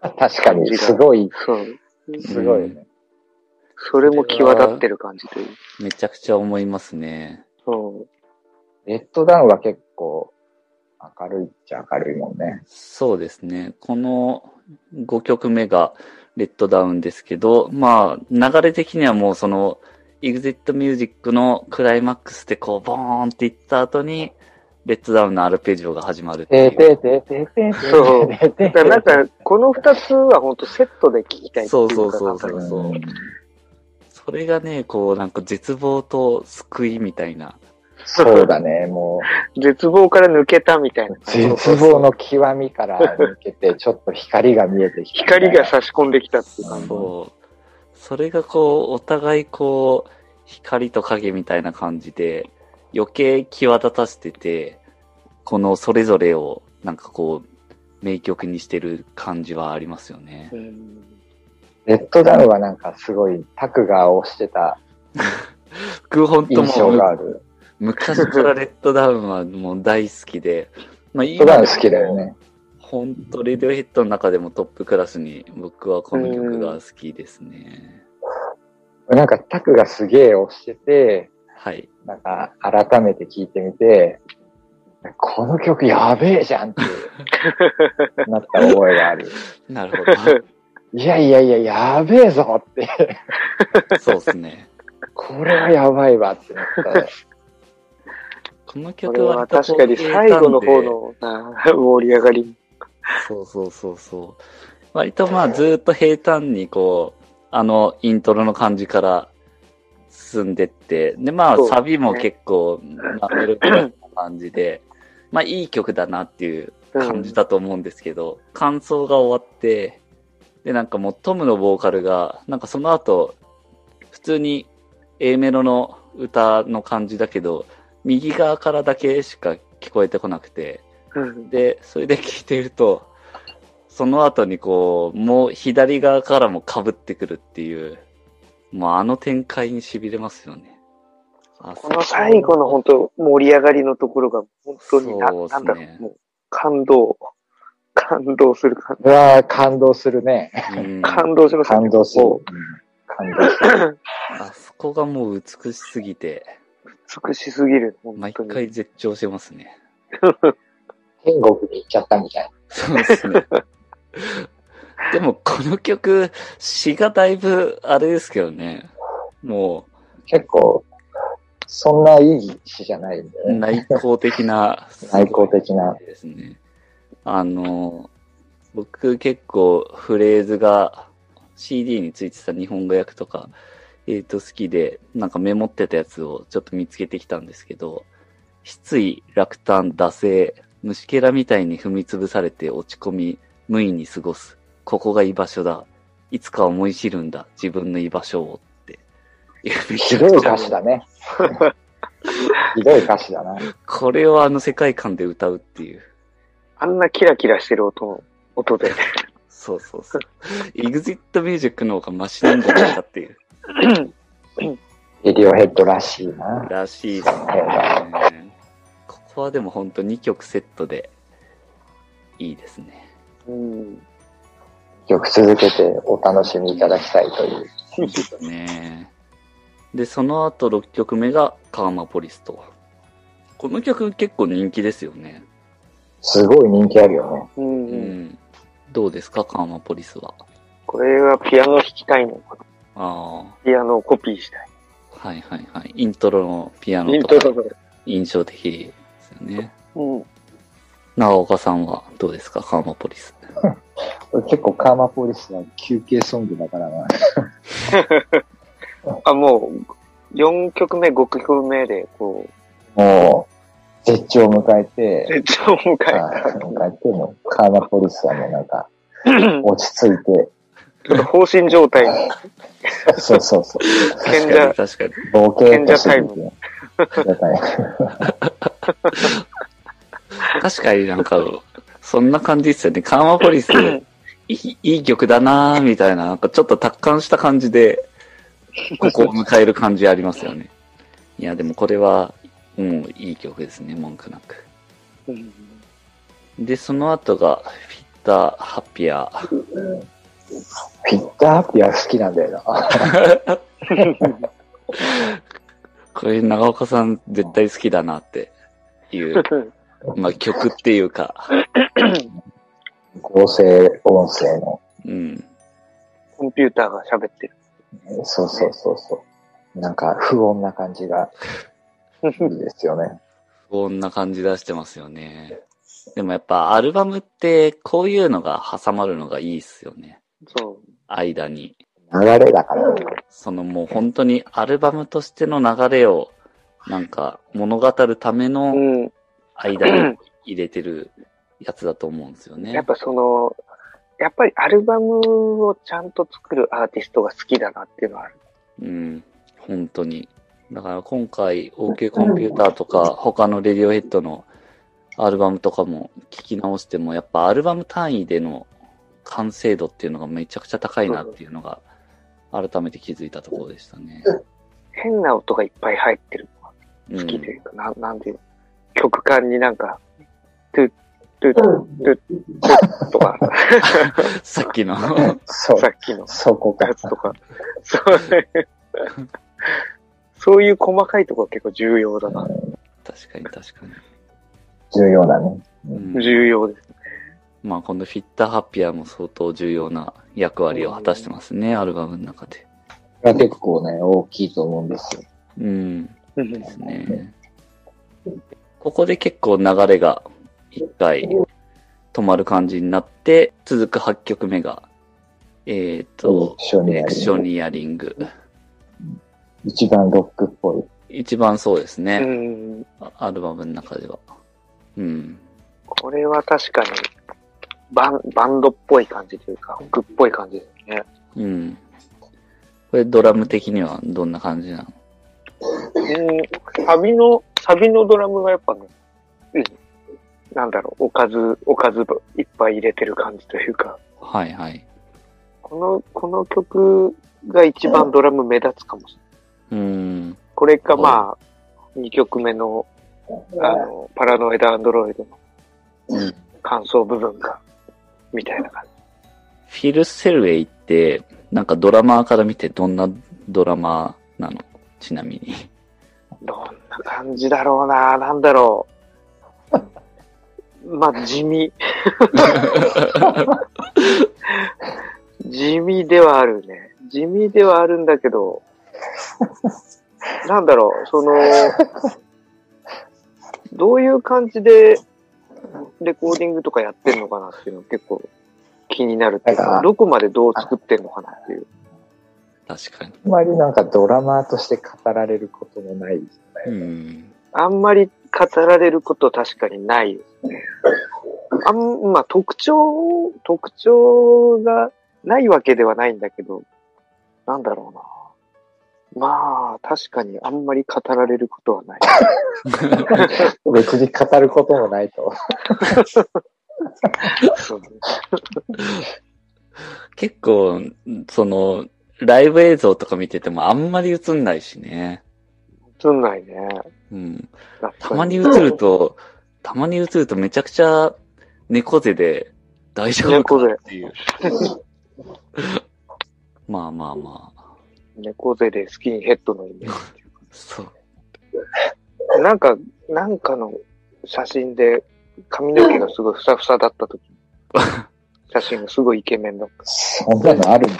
Speaker 3: 確かに、すごい、
Speaker 2: そう。
Speaker 3: すごいね。
Speaker 2: それも際立ってる感じという。
Speaker 1: めちゃくちゃ思いますね。
Speaker 2: そ
Speaker 3: レッドダウンは結構、明るいっちゃ明るいもんね。
Speaker 1: そうですね。この5曲目がレッドダウンですけど、まあ、流れ的にはもうその、EXIT ミュージックのクライマックスでこう、ボーンっていった後に、レッドダウンのアルペジオが始まるって
Speaker 3: て
Speaker 1: い
Speaker 3: ー
Speaker 1: う。
Speaker 3: てーてーてーてーてー
Speaker 2: そう
Speaker 3: てーて
Speaker 2: う。だからなんか、この二つは本当セットで聞きたいっていうか。
Speaker 1: そうそうそう
Speaker 2: なんだろ
Speaker 1: そう
Speaker 3: うん
Speaker 1: それがね、こう、なんか絶望と救いみたいな。
Speaker 3: そうだね、も
Speaker 2: 絶望から抜けたみたいな
Speaker 3: う、。絶望の極みから抜けて、ちょっと光が見えてきた。
Speaker 2: 光が差し込んできたっていう感じ。
Speaker 1: そう。それがこう、お互いこう、光と影みたいな感じで、余計際立たせてて、このそれぞれを、なんかこう、名曲にしてる感じはありますよね。
Speaker 2: うん
Speaker 3: レッドダウンはなんかすごい、タクが押してた
Speaker 1: 僕本当
Speaker 3: 印
Speaker 1: も
Speaker 3: 象
Speaker 1: う
Speaker 3: が、ある。
Speaker 1: 昔からレッドダウンはもう大好きで、まあ
Speaker 3: レッドダウン好きだよ。ね。
Speaker 1: 本当レディオヘッドの中でもトップクラスに僕はこの曲が好きですね。
Speaker 3: なんかタクがすげえ押してて、
Speaker 1: はい。
Speaker 3: なんか改めて聞いてみて、この曲やべえじゃんってなった覚えがある。
Speaker 1: なるほ
Speaker 3: いやいやいや、やべえぞって、
Speaker 1: ど。そうですね。
Speaker 3: これはやばいわってなった。
Speaker 1: この
Speaker 2: これ
Speaker 1: 曲
Speaker 2: は
Speaker 1: は
Speaker 2: 確かに最後の方のな盛り上がり。
Speaker 1: そうそうそうそう。割とまあずーっと平坦にこう、あのイントロの感じから進んでって、でまあ
Speaker 2: そうですね
Speaker 1: サビも結構、まあメロディアスな感じで、まあいい曲だなっていう感じだと思うんですけど、感想が終わって、でなんかもうトムのボーカルが、なんかその後、普通に A メロの歌の感じだけど、右側からだけしか聞こえてこなくて、
Speaker 2: うん
Speaker 1: で、それで聞いていると、その後にこう、もう左側からも被ってくるっていう、もうあの展開に痺れますよね。あ
Speaker 2: この最後の本当盛り上がりのところが本当にな,、
Speaker 1: そうっす
Speaker 2: な
Speaker 1: ね
Speaker 2: んだろう、もう感動、感動する感
Speaker 3: うわー感動するね。
Speaker 1: うん
Speaker 2: 感動しますね
Speaker 3: 感動する。うん
Speaker 2: こ
Speaker 3: 感動する。
Speaker 1: あそこがもう美しすぎて、
Speaker 2: う美しすぎる、本
Speaker 1: 毎
Speaker 2: 当に。
Speaker 1: 回絶頂してますね。
Speaker 3: 天国に行っちゃったみたい
Speaker 1: そうですね。でもこの曲、詞がだいぶあれですけどね、も
Speaker 3: な。結構、そんないい詩じゃないんだ
Speaker 1: う
Speaker 3: よね。
Speaker 1: 内向的な、
Speaker 3: 内向的な。
Speaker 1: ですね。あの、僕結構フレーズが CD についてた日本語訳とか、えっ、と好きで、なんかメモってたやつをちょっと見つけてきたんですけど、失意、落胆、惰性、虫けらみたいに踏みつぶされて落ち込み、無意に過ごす。ここが居場所だ。いつか思い知るんだ。自分の居場所をって。いやめち
Speaker 3: ひ
Speaker 1: ゃくちゃ
Speaker 3: どい歌詞だね。ひどい歌詞だな。
Speaker 1: これをあの世界観で歌うっていう。
Speaker 2: あんなキラキラしてる音、音で。
Speaker 1: そうそうそう。エグジットミュージックの方がマシなんじゃないかっていう。
Speaker 3: レディオヘッドらしいな。
Speaker 1: らしいですね。ここはでも本当2曲セットでいいですね。
Speaker 2: うん。
Speaker 3: よく続けてお楽しみいただきたいという。
Speaker 1: ねで、その後6曲目がカーマポリスと。この曲結構人気ですよね。
Speaker 3: すごい人気あるよ
Speaker 2: う
Speaker 3: ね。
Speaker 2: ん
Speaker 1: う
Speaker 2: うん。
Speaker 1: ん。どうですか、カーマポリスは。
Speaker 2: これはピアノ弾きたいのかな
Speaker 1: あ
Speaker 2: ピアノをコピーしたい。
Speaker 1: あ、はいはいはい。イントロのピア
Speaker 2: イ
Speaker 1: ノ
Speaker 2: ン
Speaker 1: と
Speaker 2: トロ
Speaker 1: か
Speaker 2: が
Speaker 1: 印象的ですよね。
Speaker 2: うん。
Speaker 1: 長岡さんはどうですか、カーマポリス。
Speaker 3: これ結構カーマポリスは休憩ソングだからな。
Speaker 2: あ、もう、4曲目、5曲目で、こう、
Speaker 3: もう、絶頂を迎えて、
Speaker 2: 成長を迎え
Speaker 3: あ迎えて、もうカーマポリスはもうなんか、落ち着いて、
Speaker 2: ちょっと放心状態に。
Speaker 3: そうそうそう。
Speaker 1: 確かに確
Speaker 2: 賢者
Speaker 1: かに。
Speaker 3: 冒険としてみて。だから
Speaker 1: 確かになんか、そんな感じですよね。カーマポリス、いいいい曲だなーみたいな、なんかちょっと達観した感じで、ここを迎える感じありますよね。いや、でもこれは、もういい曲ですね、文句なく。
Speaker 2: うん
Speaker 1: で、その後が、フィッター、ハッピアー。
Speaker 3: フィッターハッピーは好きなんだよな。
Speaker 1: これ、長岡さん絶対好きだなっていう、まあ曲っていうか、
Speaker 3: 合成音声の。
Speaker 1: うん。
Speaker 2: コンピューターが喋ってる。
Speaker 3: そうそうそうそう。なんか不穏な感じがいいですよね。
Speaker 1: こんな感じ出してますよね。でもやっぱアルバムってこういうのが挟まるのがいいっすよね。
Speaker 2: そ
Speaker 1: 間に。
Speaker 3: 流れだから。
Speaker 1: そのもう本当にアルバムとしての流れをなんか物語るため
Speaker 2: う。
Speaker 1: の
Speaker 2: うん。
Speaker 1: 間に入れてるやつだと思うんですよ
Speaker 2: や
Speaker 1: ね
Speaker 2: っ。ぱその、やっぱりアルバムをちゃんと作るアーティストが好きだなっていうのはある。
Speaker 1: うん。本当に。だから今回 OK コンピューターとか他のレディオヘッドのアルバムとかも聞き直してもやっぱアルバム単位での完成度っていうのがめちゃくちゃ高いなっていうのが改めて気づいたところでしたね。
Speaker 2: 変な音がいっぱい入ってるの
Speaker 1: うん
Speaker 2: が好きというか、なん、なんていうの曲間になんか、トゥトゥトゥトゥトゥと か、
Speaker 1: さっき の
Speaker 3: そう
Speaker 2: さ。っきの
Speaker 3: そこか
Speaker 2: や。つとか、 そういうそういう細かいところ結構重要だな。
Speaker 1: 確かに確かに。
Speaker 3: 重要だね。
Speaker 1: うん
Speaker 2: 重要です。
Speaker 1: まあ、このフィッターハッピアーも相当重要な役割を果たしてますね、アルバムの中で。
Speaker 3: これは結構ね、大きいと思うんですよ。
Speaker 1: うん。で
Speaker 2: うん
Speaker 1: すね。ここで結構流れが一回止まる感じになって、続く8曲目が、えっ、と、
Speaker 3: 一緒に
Speaker 1: エ
Speaker 3: や
Speaker 1: ク
Speaker 3: る
Speaker 1: ショニアリング。
Speaker 3: 一番ロックっぽい。
Speaker 1: 一番そうです
Speaker 2: う
Speaker 1: ね、
Speaker 2: ん。
Speaker 1: アルバムの中では。うん。
Speaker 2: これは確かに、バン、バンドっぽい感じというか、グっぽい感じですね。
Speaker 1: うん。これドラム的にはどんな感じなの
Speaker 2: うん、サビの、サビのドラムがやっぱね、うん、なんだろう、おかず、おかずいっぱい入れてる感じというか、
Speaker 1: はいはい。
Speaker 2: この、この曲が一番ドラム目立つかもしれない。
Speaker 1: うん。
Speaker 2: これがまあ、2曲目の、あの、パラノイドアンドロイドの
Speaker 1: うん
Speaker 2: 感想部分が、みたいな感
Speaker 1: フィル・セルウェイって、なんかドラマーから見てどんなドラマーなのちなみに。
Speaker 2: じ。どんな感じだろうな、なんだろう。 まあ、地味。地味ではあるね。地味ではあるんだけど、なんだろう、その、どういう感じでレコーディングとかやってんのかなっていうの結構気になるっていう
Speaker 3: なん
Speaker 2: か、
Speaker 3: か
Speaker 2: どこまでどう作ってんのかなっていう。
Speaker 1: 確かに。
Speaker 3: あまりなんかドラマーとして語られることもない。
Speaker 1: うん。
Speaker 2: あんまり語られること確かにないですね。あん、まあ、特徴、特徴がないわけではないんだけど、なんだろうな。まあ、確かにあんまり語られることはない。
Speaker 3: 別に語ることもないと。
Speaker 2: そう
Speaker 1: 結構、その、ライブ映像とか見ててもあんまり映んないしね。
Speaker 2: 映んないね。
Speaker 1: うん。
Speaker 2: やっぱり
Speaker 1: たまに映ると、たまに映るとめちゃくちゃ猫背で大丈夫かなっていう。まあまあまあ。
Speaker 2: 猫背でスキンヘッドのイメージ。
Speaker 1: そう。
Speaker 2: なんか、なんかの写真で髪の毛がすごいふさふさだった 時写真がすごいイケメンだった。
Speaker 3: そんなのあるんだ。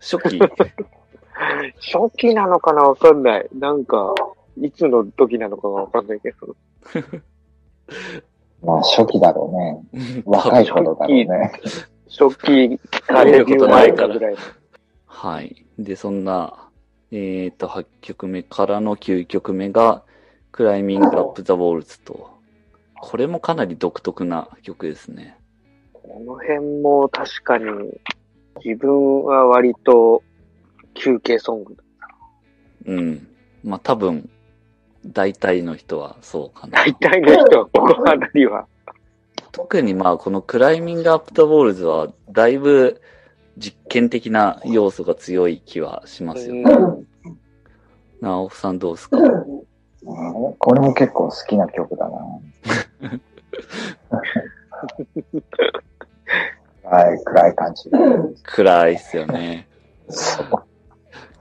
Speaker 1: 初 期、
Speaker 2: 初期なのかなわかんない。なんか、いつの時なのかがわかんないけど。
Speaker 3: まあ、初期だろうね。若い頃だろうね。
Speaker 2: 初期か
Speaker 1: 見
Speaker 2: デ
Speaker 1: る
Speaker 2: ビ
Speaker 1: こと
Speaker 2: ュー
Speaker 1: な
Speaker 2: 前
Speaker 1: いか
Speaker 2: からぐらい
Speaker 1: はい。で、そんな、えっ、と、8曲目からの9曲目が、クライミングアップザウォールズと、これもかなり独特な曲ですね。
Speaker 2: この辺も確かに、自分は割と休憩ソング。
Speaker 1: うん。まあ多分、大体の人はそうかな。
Speaker 2: 大体の人は、ここあたりは。
Speaker 1: 特にまあこのクライミングアップザウォールズは、だいぶ実験的な要素が強い気はしますよね。
Speaker 2: うん
Speaker 1: なおさんどう ですか
Speaker 3: うんこれも結構好きな曲だな。暗い、暗い感じ。
Speaker 1: 暗いっすよね。
Speaker 3: そう。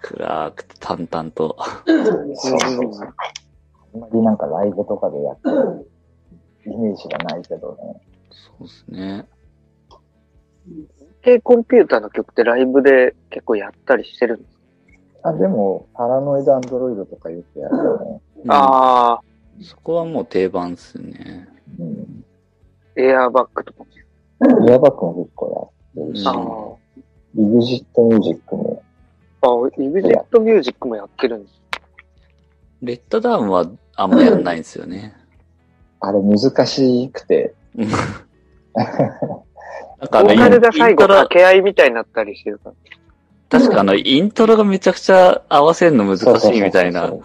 Speaker 1: 暗くて淡々と。
Speaker 3: そうそうそう。あんまりなんかライブとかでやってるイメージがないけどね。
Speaker 1: そうですね。
Speaker 2: で、コンピューターの曲ってライブで結構やったりしてるんです
Speaker 3: あ、でも、パラノイドアンドロイドとかよくやるよ
Speaker 1: うん
Speaker 2: ああ、
Speaker 1: そこはもう定番っすね。
Speaker 3: ね。
Speaker 2: エアーバックとか。
Speaker 3: うん。エアバックも結構やってるし
Speaker 1: う
Speaker 2: あ、
Speaker 1: ん
Speaker 2: ー
Speaker 3: イグジットミュージックも、
Speaker 2: あ、イグジットミュージックもやってるんです。
Speaker 1: レッドダウンはあんまやんないんですよね。
Speaker 3: あれ難しくて、
Speaker 1: なんか
Speaker 2: ボ
Speaker 1: あの、
Speaker 2: ーカルが
Speaker 1: イ
Speaker 2: 最
Speaker 1: ント
Speaker 2: 後
Speaker 1: ロ
Speaker 2: 掛、け合いみたいになったりしてるから。
Speaker 1: 確かあの、イントロがめちゃくちゃ合わせるの 難しいみたいな、。
Speaker 3: そ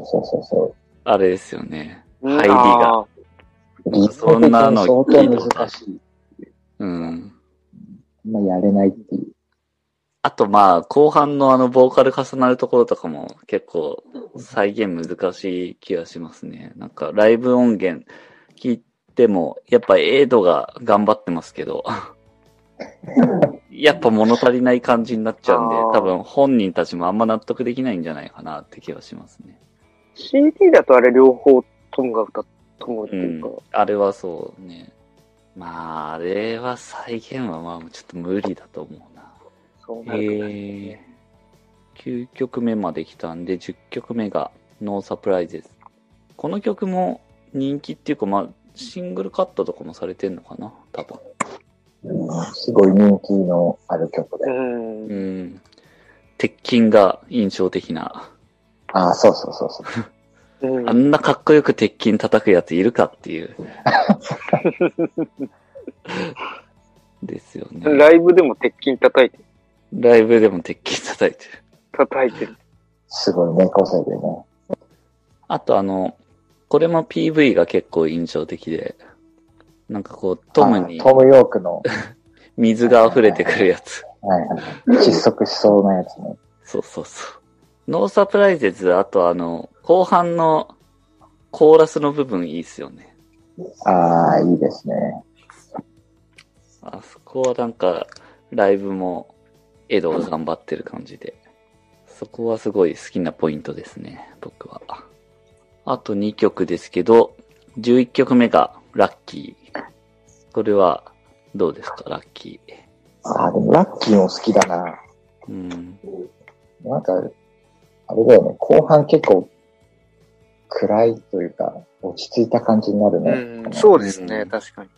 Speaker 3: うそうそうそう。
Speaker 1: あれですよね。
Speaker 2: うん
Speaker 1: 入りが
Speaker 2: あー
Speaker 3: 理想的に相当難しい。
Speaker 1: うん。
Speaker 3: まあ、やれないっていう。
Speaker 1: あとまあ、後半のあの、ボーカル重なるところとかも結構再現難しい気がしますね。なんか、ライブ音源聞いても、やっぱエイドが頑張ってますけど、 やっぱ物足りない感じになっちゃうんで
Speaker 2: あー、
Speaker 1: 多分本人たちもあんま納得できないんじゃないかなって気がしますね。
Speaker 2: CD だとあれ両方トムが歌っ、トムって
Speaker 1: う
Speaker 2: いうんか、、
Speaker 1: あれはそうね。まあ、あれは再現はまあちょっと無理だと思うな。
Speaker 2: そうなるから
Speaker 1: えー、9曲目まで来たんで、10曲目がノーサプライズです。この曲も人気っていうか、まあ、シングルカットとかもされてんのかな多分。
Speaker 3: うんすごい人気のある曲で。
Speaker 2: うん。
Speaker 1: うん。鉄筋が印象的な。
Speaker 3: ああ、そうそうそうそう。
Speaker 2: うん
Speaker 1: あんなかっこよく鉄筋叩くやついるかって いう。ですよね。
Speaker 2: ライブでも鉄筋叩いてる、
Speaker 1: ライブでも鉄筋叩いてる。
Speaker 2: 叩いてる。
Speaker 3: すごい猫背でね。
Speaker 1: あとあの、これも PV が結構印象的で、なんかこう、トムに
Speaker 3: あトムヨークの、
Speaker 1: 水が溢れてくるやつ。
Speaker 3: はいはい、窒息しそうなやつね。
Speaker 1: そうそうそう。ノーサプライゼズ、あとあの、後半のコーラスの部分いいっすよね。
Speaker 3: ああ、いいですね。
Speaker 1: あそこはなんか、ライブも、エドが頑張ってる感じで。そこはすごい好きなポイントですね、僕は。あと2曲ですけど、11曲目が、ラッキー。これは、どうですか、ラッキ
Speaker 3: ああ、でもラッキーも好きだな。
Speaker 1: ー。うん。
Speaker 3: なんか、あれだよね、後半結構、暗いというか、落ち着いた感じになるね。
Speaker 2: そう
Speaker 1: ですねうん
Speaker 2: 確かに。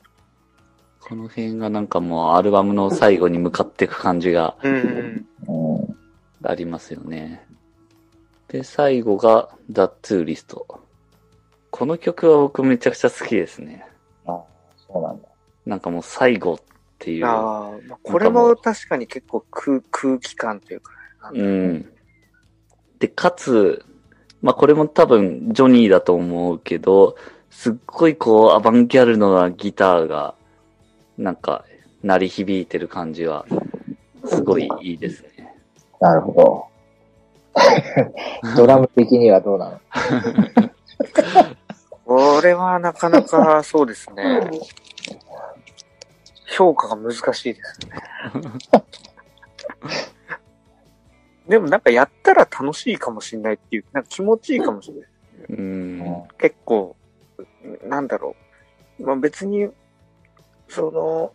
Speaker 1: この辺がなんかもう、アルバムの最後に向かっていく感じが、
Speaker 2: うん。
Speaker 3: うん
Speaker 1: ありますよね。で、最後が、ザ・ツーリスト。この曲は僕めちゃくちゃ好きですね。
Speaker 3: あそうなんだ。
Speaker 1: なんかもう最後っていう。
Speaker 2: ああ、まあこれも確かに結構空空気感というか。
Speaker 1: うん。で、かつ、まあこれも多分ジョニーだと思うけど、すっごいこうアバンギャルドなギターが、なんか鳴り響いてる感じは、すごいいいですね。
Speaker 3: なるほど。ドラム的にはどうなの
Speaker 2: これはなかなかそうですね。評価が難しいですね。でもなんかやったら楽しいかもしれないっていう、なんか気持ちいいかもしれない。
Speaker 1: うん。
Speaker 2: 結構、なんだろう。まあ別に、その、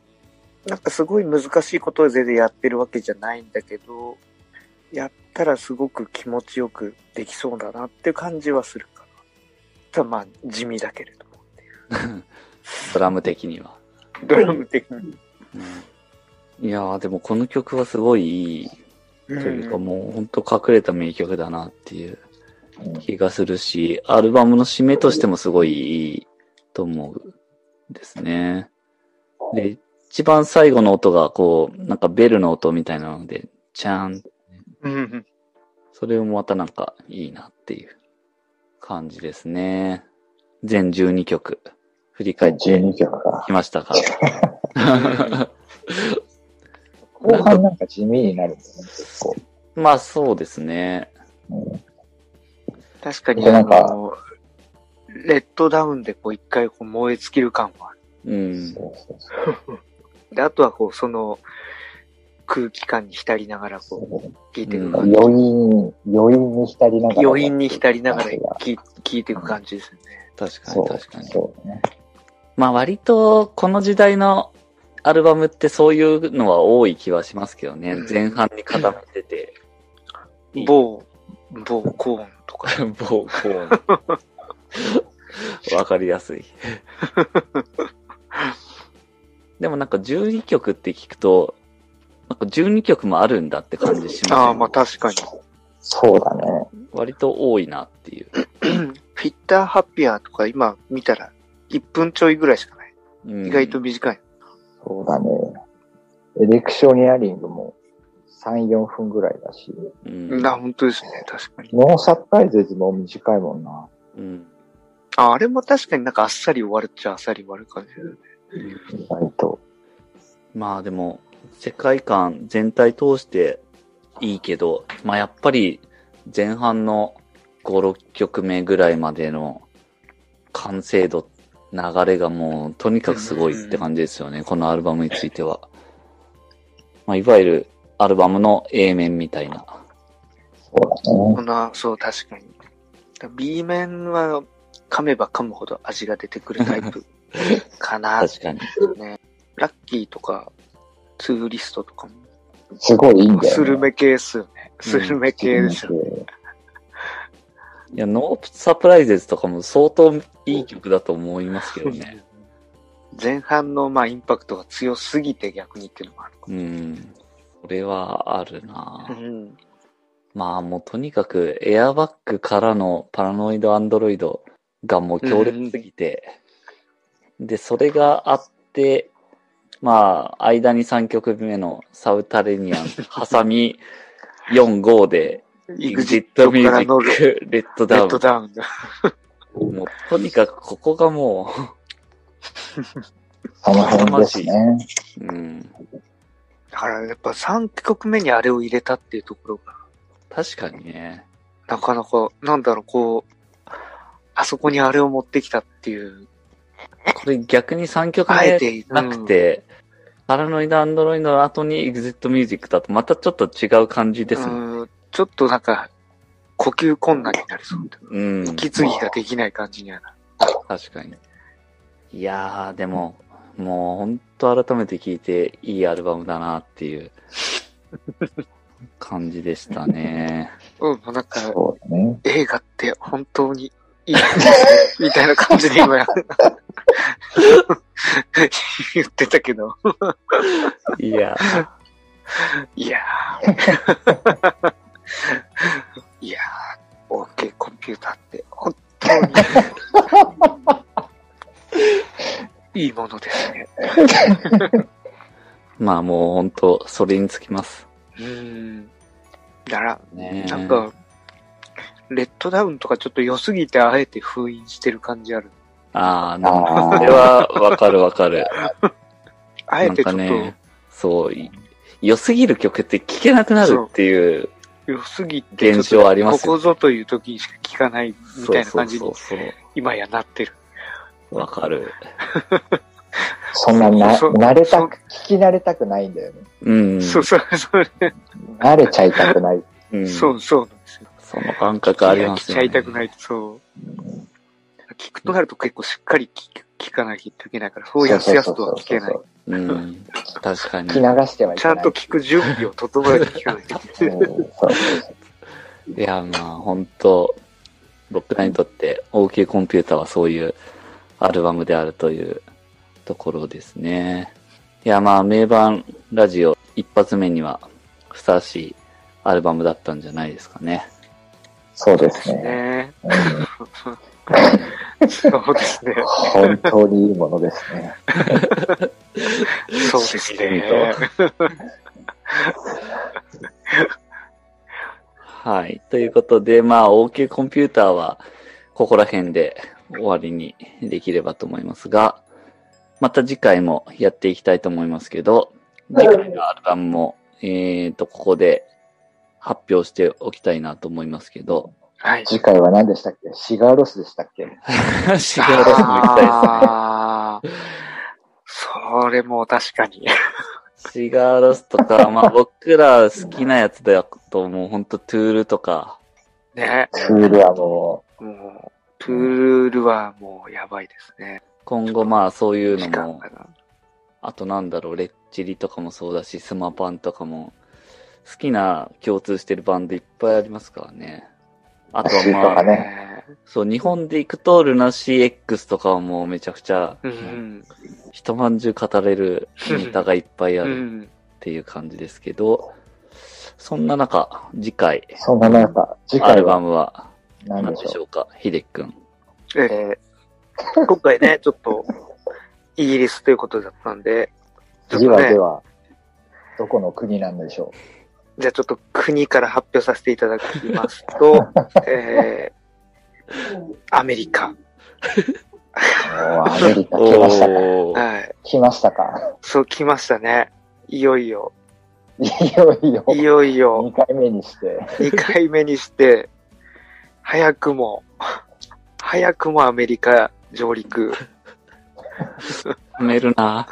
Speaker 2: なんかすごい難しいことを全然やってるわけじゃないんだけど、やったらすごく気持ちよくできそうだなっていう感じはするかな。ただまあ地味だけれどもってい
Speaker 1: ドラム的には。
Speaker 2: う。ドラム的に。
Speaker 1: いやー、でもこの曲はすごいいいというか、もうほんと隠れた名曲だなっていう
Speaker 3: うん
Speaker 1: 気がするし、アルバムの締めとしてもすごいいいと思うんですね。で、一番最後の音がこう、なんかベルの音みたいなので、チャーン、
Speaker 2: うんうん
Speaker 1: それもまたなんかいいなっていう感じですね。全12曲振り返って
Speaker 3: 12曲か。
Speaker 1: きました から。
Speaker 3: 後半なんか地味になるんですね、結構。
Speaker 1: まあそうですね。
Speaker 2: 確かに、
Speaker 3: で
Speaker 2: あ
Speaker 3: なんか
Speaker 2: の、レッドダウンでこう一回こう燃え尽きる感はある。
Speaker 1: うん。
Speaker 3: そうそうそ
Speaker 2: で、あとはこうその空気感に浸りながらこ
Speaker 3: う
Speaker 2: う聞いていく
Speaker 1: うん
Speaker 2: 感じ。
Speaker 3: 余韻、余韻に浸りながら。
Speaker 2: 余韻に浸りながら聞聞いていく感じですね。
Speaker 1: 確か
Speaker 3: そ
Speaker 1: に
Speaker 3: う、
Speaker 1: 確かに。
Speaker 3: そうね。
Speaker 1: まあ割とこの時代のアルバムってそういうのは多い気はしますけどね
Speaker 2: う。ん
Speaker 1: 前半に固めて て。うん
Speaker 2: 某、某コーンとか。
Speaker 1: ボーコーン。 わかりやす い。でもなんか12曲って聞くと、なんか12曲もあるんだって感じします、
Speaker 2: ああ、まあ確かに。
Speaker 3: そうだね。
Speaker 1: 割と多いなっていう。
Speaker 2: フィッターハッピアーとか今見たら1分ちょいぐらいしかない。
Speaker 1: うん
Speaker 2: 意外と短い。
Speaker 3: そうだね。エレクショニアリングも3、4分ぐらいだし、
Speaker 1: うん
Speaker 2: な、本当ですね。確かに。
Speaker 3: ノーサプライズも短いもんな。
Speaker 1: うん
Speaker 2: あ、あれも確かになんかあっさり終わるっちゃあっさり終わる感じだよね。
Speaker 3: 意外と。
Speaker 1: まあでも、世界観全体通していいけど、まあやっぱり前半の5、6曲目ぐらいまでの完成度、流れがもうとにかくすごいって感じですよね、このアルバムについては。まあいわゆるアルバムの A 面みたいな。
Speaker 3: そう
Speaker 2: こんな、そう、確かに。だ B 面は噛めば噛むほど味が出てくるタイプかな。
Speaker 1: 確かに。
Speaker 2: ラッキーとか、ツーリストとかも。
Speaker 3: だね。すごいいいんだよ、ね。
Speaker 2: スルメ系っすよね。スルメ系でし
Speaker 3: す
Speaker 2: ょ。
Speaker 1: いや、ノーサプライズとかも相当いい曲だと思いますけど ね。
Speaker 2: 前半のまあインパクトが強すぎて逆にっていうのもあるか
Speaker 1: うん。それはあるなぁ
Speaker 2: も。うん。
Speaker 1: まあもうとにかくエアバッグからのパラノイドアンドロイドがもう強烈すぎて、で、それがあって、まあ間に3曲目のサウタレニアン、挟 み4、5で、
Speaker 2: イグジッ
Speaker 1: EXIT
Speaker 2: トか
Speaker 1: ミュー
Speaker 2: ら
Speaker 1: ジ
Speaker 2: のレ
Speaker 1: ック、レッドダウ
Speaker 2: ッ
Speaker 1: ン
Speaker 2: ド。ダウンだ。
Speaker 1: もうとにかくここがも
Speaker 3: その辺ですね。
Speaker 1: う、うん、
Speaker 2: だからやっぱ3曲目にあれを入れたっていうところが、
Speaker 1: 確かにね。
Speaker 2: なかなか、なんだろう、こう、あそこにあれを持ってきたっていう、
Speaker 1: これ逆に3曲
Speaker 2: あえ
Speaker 1: 目
Speaker 2: て、うん
Speaker 1: なく、て、パラノイドアンドロイドの後に EXIT ミュージックだとまたちょっと違う感じですね。
Speaker 2: うんちょっとなんか、呼吸困難になりそう。
Speaker 1: うん。
Speaker 2: 息継ぎができない感じにはなる。
Speaker 1: 確かに。いやー、でも、もう本当改めて聞いていいアルバムだなっていう感じでしたね。
Speaker 2: うん、もうなんか、
Speaker 3: そうだね。
Speaker 2: 映画って本当にい いですねみたいな感じで今や 言ってたけど。
Speaker 1: いやー、
Speaker 2: いや ー。いやー、OK コンピューターって本当に いいものですね。
Speaker 1: まあもう本当それにつきます。
Speaker 2: うん。だから、
Speaker 1: ね
Speaker 2: なんか、レッドダウンとかちょっと良すぎてあえて封印してる感じある。
Speaker 1: あー、でも
Speaker 3: あー
Speaker 1: それはわかるわかる。
Speaker 2: あ
Speaker 1: な
Speaker 2: え
Speaker 1: ん
Speaker 2: てちょ
Speaker 1: か
Speaker 2: っと、
Speaker 1: ね、そう、い良すぎる曲って聴けなくなるっていう、
Speaker 2: 良すぎて、
Speaker 1: 現象ありますよね
Speaker 2: ここぞという時にしか聞かないみ
Speaker 1: そ
Speaker 2: た
Speaker 1: う
Speaker 2: いな感じ
Speaker 1: そ
Speaker 2: に
Speaker 1: うそうそ
Speaker 2: 今やなってる。
Speaker 1: う。わかる。
Speaker 3: そんなな、
Speaker 2: そう
Speaker 3: 慣れたく、聞き慣れたくないんだよね。
Speaker 1: うん。
Speaker 2: そうそうそう、
Speaker 3: 慣れちゃいたくない。
Speaker 1: うん
Speaker 2: そうそうなんですよ。
Speaker 1: その感覚ありますよね。
Speaker 2: 聞きちゃいたくないと、そう。聞くとなると結構しっかり聞く聞かなきゃいけないから、そうやすやすとは聞けない
Speaker 3: そ。う
Speaker 1: うん。確かに
Speaker 3: そうそう。聞き流してはい
Speaker 2: ち
Speaker 3: け
Speaker 2: ゃ
Speaker 3: な
Speaker 2: ん
Speaker 3: い。
Speaker 2: と聞く準備を整えて聞かないといけない。
Speaker 3: うんそうそうそう
Speaker 1: いや、まあ、本当僕らにとって OK コンピューターはそういうアルバムであるというところですね。いや、まあ、名盤ラジオ一発目にはふさわしいアルバムだったんじゃないですかね。
Speaker 3: そうですね。
Speaker 2: ね
Speaker 3: うん
Speaker 2: そうですね。
Speaker 3: 本当にいいものですね。
Speaker 2: そうですね。
Speaker 1: はい。ということで、まあ、OK コンピューターはここら辺で終わりにできればと思いますが、また次回もやっていきたいと思いますけど、次回のアルバムも、えーと、ここで発表しておきたいなと思いますけど、
Speaker 2: はい。
Speaker 3: 次回は何でしたっけシガーロスでしたっけ
Speaker 1: シガーロスも行きたいで
Speaker 2: あーそれも確かに。
Speaker 1: すね。シガーロスとか、まあ僕ら好きなやつだと、もうほんとトゥールとか、
Speaker 2: ね。
Speaker 3: ツールはも
Speaker 2: もう、プールはもうやばいですね。
Speaker 1: 今後まあそういう
Speaker 2: 時
Speaker 1: の
Speaker 2: 間
Speaker 1: も
Speaker 2: が、な。
Speaker 1: あとなんだろう、レッチリとかもそうだし、スマパンとかも、好きな共通してるバンドいっぱいありますからね。あとは
Speaker 3: そう
Speaker 1: ま
Speaker 3: だ
Speaker 1: あ、
Speaker 3: ね
Speaker 2: ね
Speaker 1: そう、日本で行くと、ルナ CX とかはもうめちゃくちゃ
Speaker 2: う、ん。
Speaker 1: 一晩中語れるネタがいっぱいあ
Speaker 2: う
Speaker 1: る
Speaker 2: ん。
Speaker 1: っていう感じですけど、そんな中、次回、
Speaker 3: う、そんな中、次
Speaker 1: ア
Speaker 3: 回
Speaker 1: ルバ
Speaker 3: は
Speaker 1: ムは
Speaker 3: 何
Speaker 1: 何
Speaker 3: で
Speaker 1: で
Speaker 3: し
Speaker 1: し
Speaker 3: ょ
Speaker 1: ょうか、ヒデくん。
Speaker 2: えー今回ね、ちょっと、イギリスということだったんで、
Speaker 3: う。
Speaker 2: ちょっ
Speaker 3: 次
Speaker 2: と
Speaker 3: はで
Speaker 2: ね、
Speaker 3: は、どこの国なんでしょ
Speaker 2: じゃあちょっと国から発表させていただきます と、えーアメリカ。
Speaker 3: う。もうアメリカ来ましたか。
Speaker 1: おー
Speaker 2: はい。
Speaker 3: 来ましたか。
Speaker 2: そう来ましたね。いよいよ。
Speaker 3: いよいよ。
Speaker 2: いよいよ
Speaker 3: 2。回目にして、
Speaker 2: 2回目にして、早くも、早くもアメリカ上陸。
Speaker 1: 褒めるな。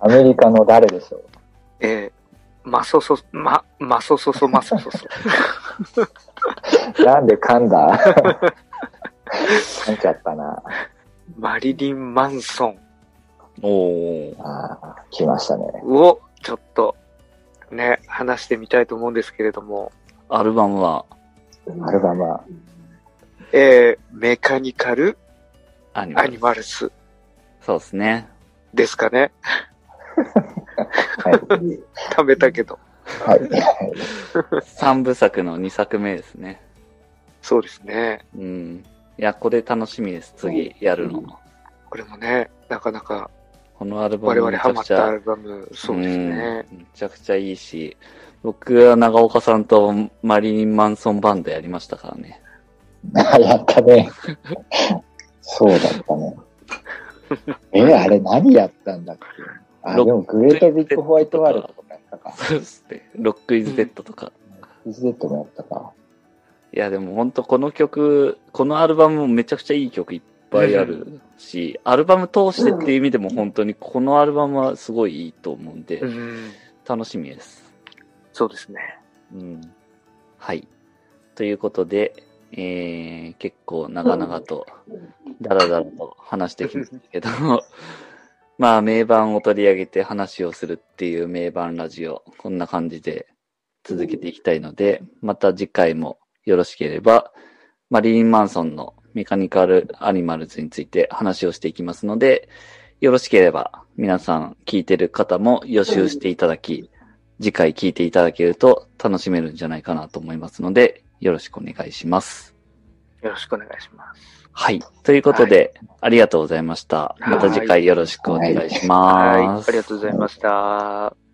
Speaker 3: アメリカの誰でしょう
Speaker 2: えー、マソソ、マ、マソソソマソ ソソ。
Speaker 3: なんで噛 んだ噛んじゃったな。
Speaker 2: マリリン・マンソン
Speaker 1: おー
Speaker 3: ああ、来ましたね。
Speaker 2: を、ちょっと、ね、話してみたいと思うんですけれども、
Speaker 1: アルバムは、
Speaker 3: アルバムは、
Speaker 2: えー、メカニカル・
Speaker 1: アニマ
Speaker 2: ア
Speaker 1: ル
Speaker 2: ニ。マルス
Speaker 1: そうですね。
Speaker 2: ですかね。
Speaker 3: はい。
Speaker 2: 食べたけど。
Speaker 3: はい。
Speaker 1: 三部作の二作目ですね。
Speaker 2: そうですね。
Speaker 1: うん。いや、これ楽しみです。次やるの。
Speaker 2: これもね、なかなか
Speaker 1: このアルバ
Speaker 2: 我
Speaker 1: ム
Speaker 2: 々
Speaker 1: めち
Speaker 2: ハ
Speaker 1: ゃ
Speaker 2: マっ
Speaker 1: くちゃ
Speaker 2: たア、ルバム、そうですね。
Speaker 1: うんめちゃくちゃいいし、僕は長岡さんとマリリン・マンソンバンドやりましたからね。
Speaker 3: あやったね。そうだったね。え、あれ何やったんだっけあ、でもグレートビッグホワイトワールドとかやったか。
Speaker 1: そうですね。ロック・イズ・デッドとか。
Speaker 3: EZ もやったか。
Speaker 1: いや、でも本当この曲、このアルバムもめちゃくちゃいい曲いっぱいあるし、アルバム通してっていう意味でも本当にこのアルバムはすごいいいと思うんで、
Speaker 2: うん、
Speaker 1: 楽しみです。
Speaker 2: そうですね。
Speaker 1: うん。はい。ということで、えー、結構長々と、だらだらと話してきましたけど、 まあ、名盤を取り上げて話をするっていう名盤ラジオ、こんな感じで続けていきたいので、また次回もよろしければ、マリリン・マンソンのメカニカル・アニマルズについて話をしていきますので、よろしければ皆さん聞いてる方も予習していただき、次回聞いていただけると楽しめるんじゃないかなと思いますので、よろしくお願いします。
Speaker 2: よろしくお願いします。
Speaker 1: はい。ということで、ありがとうございました。また次回よろしくお願いします。
Speaker 2: はい、ありがとうございました。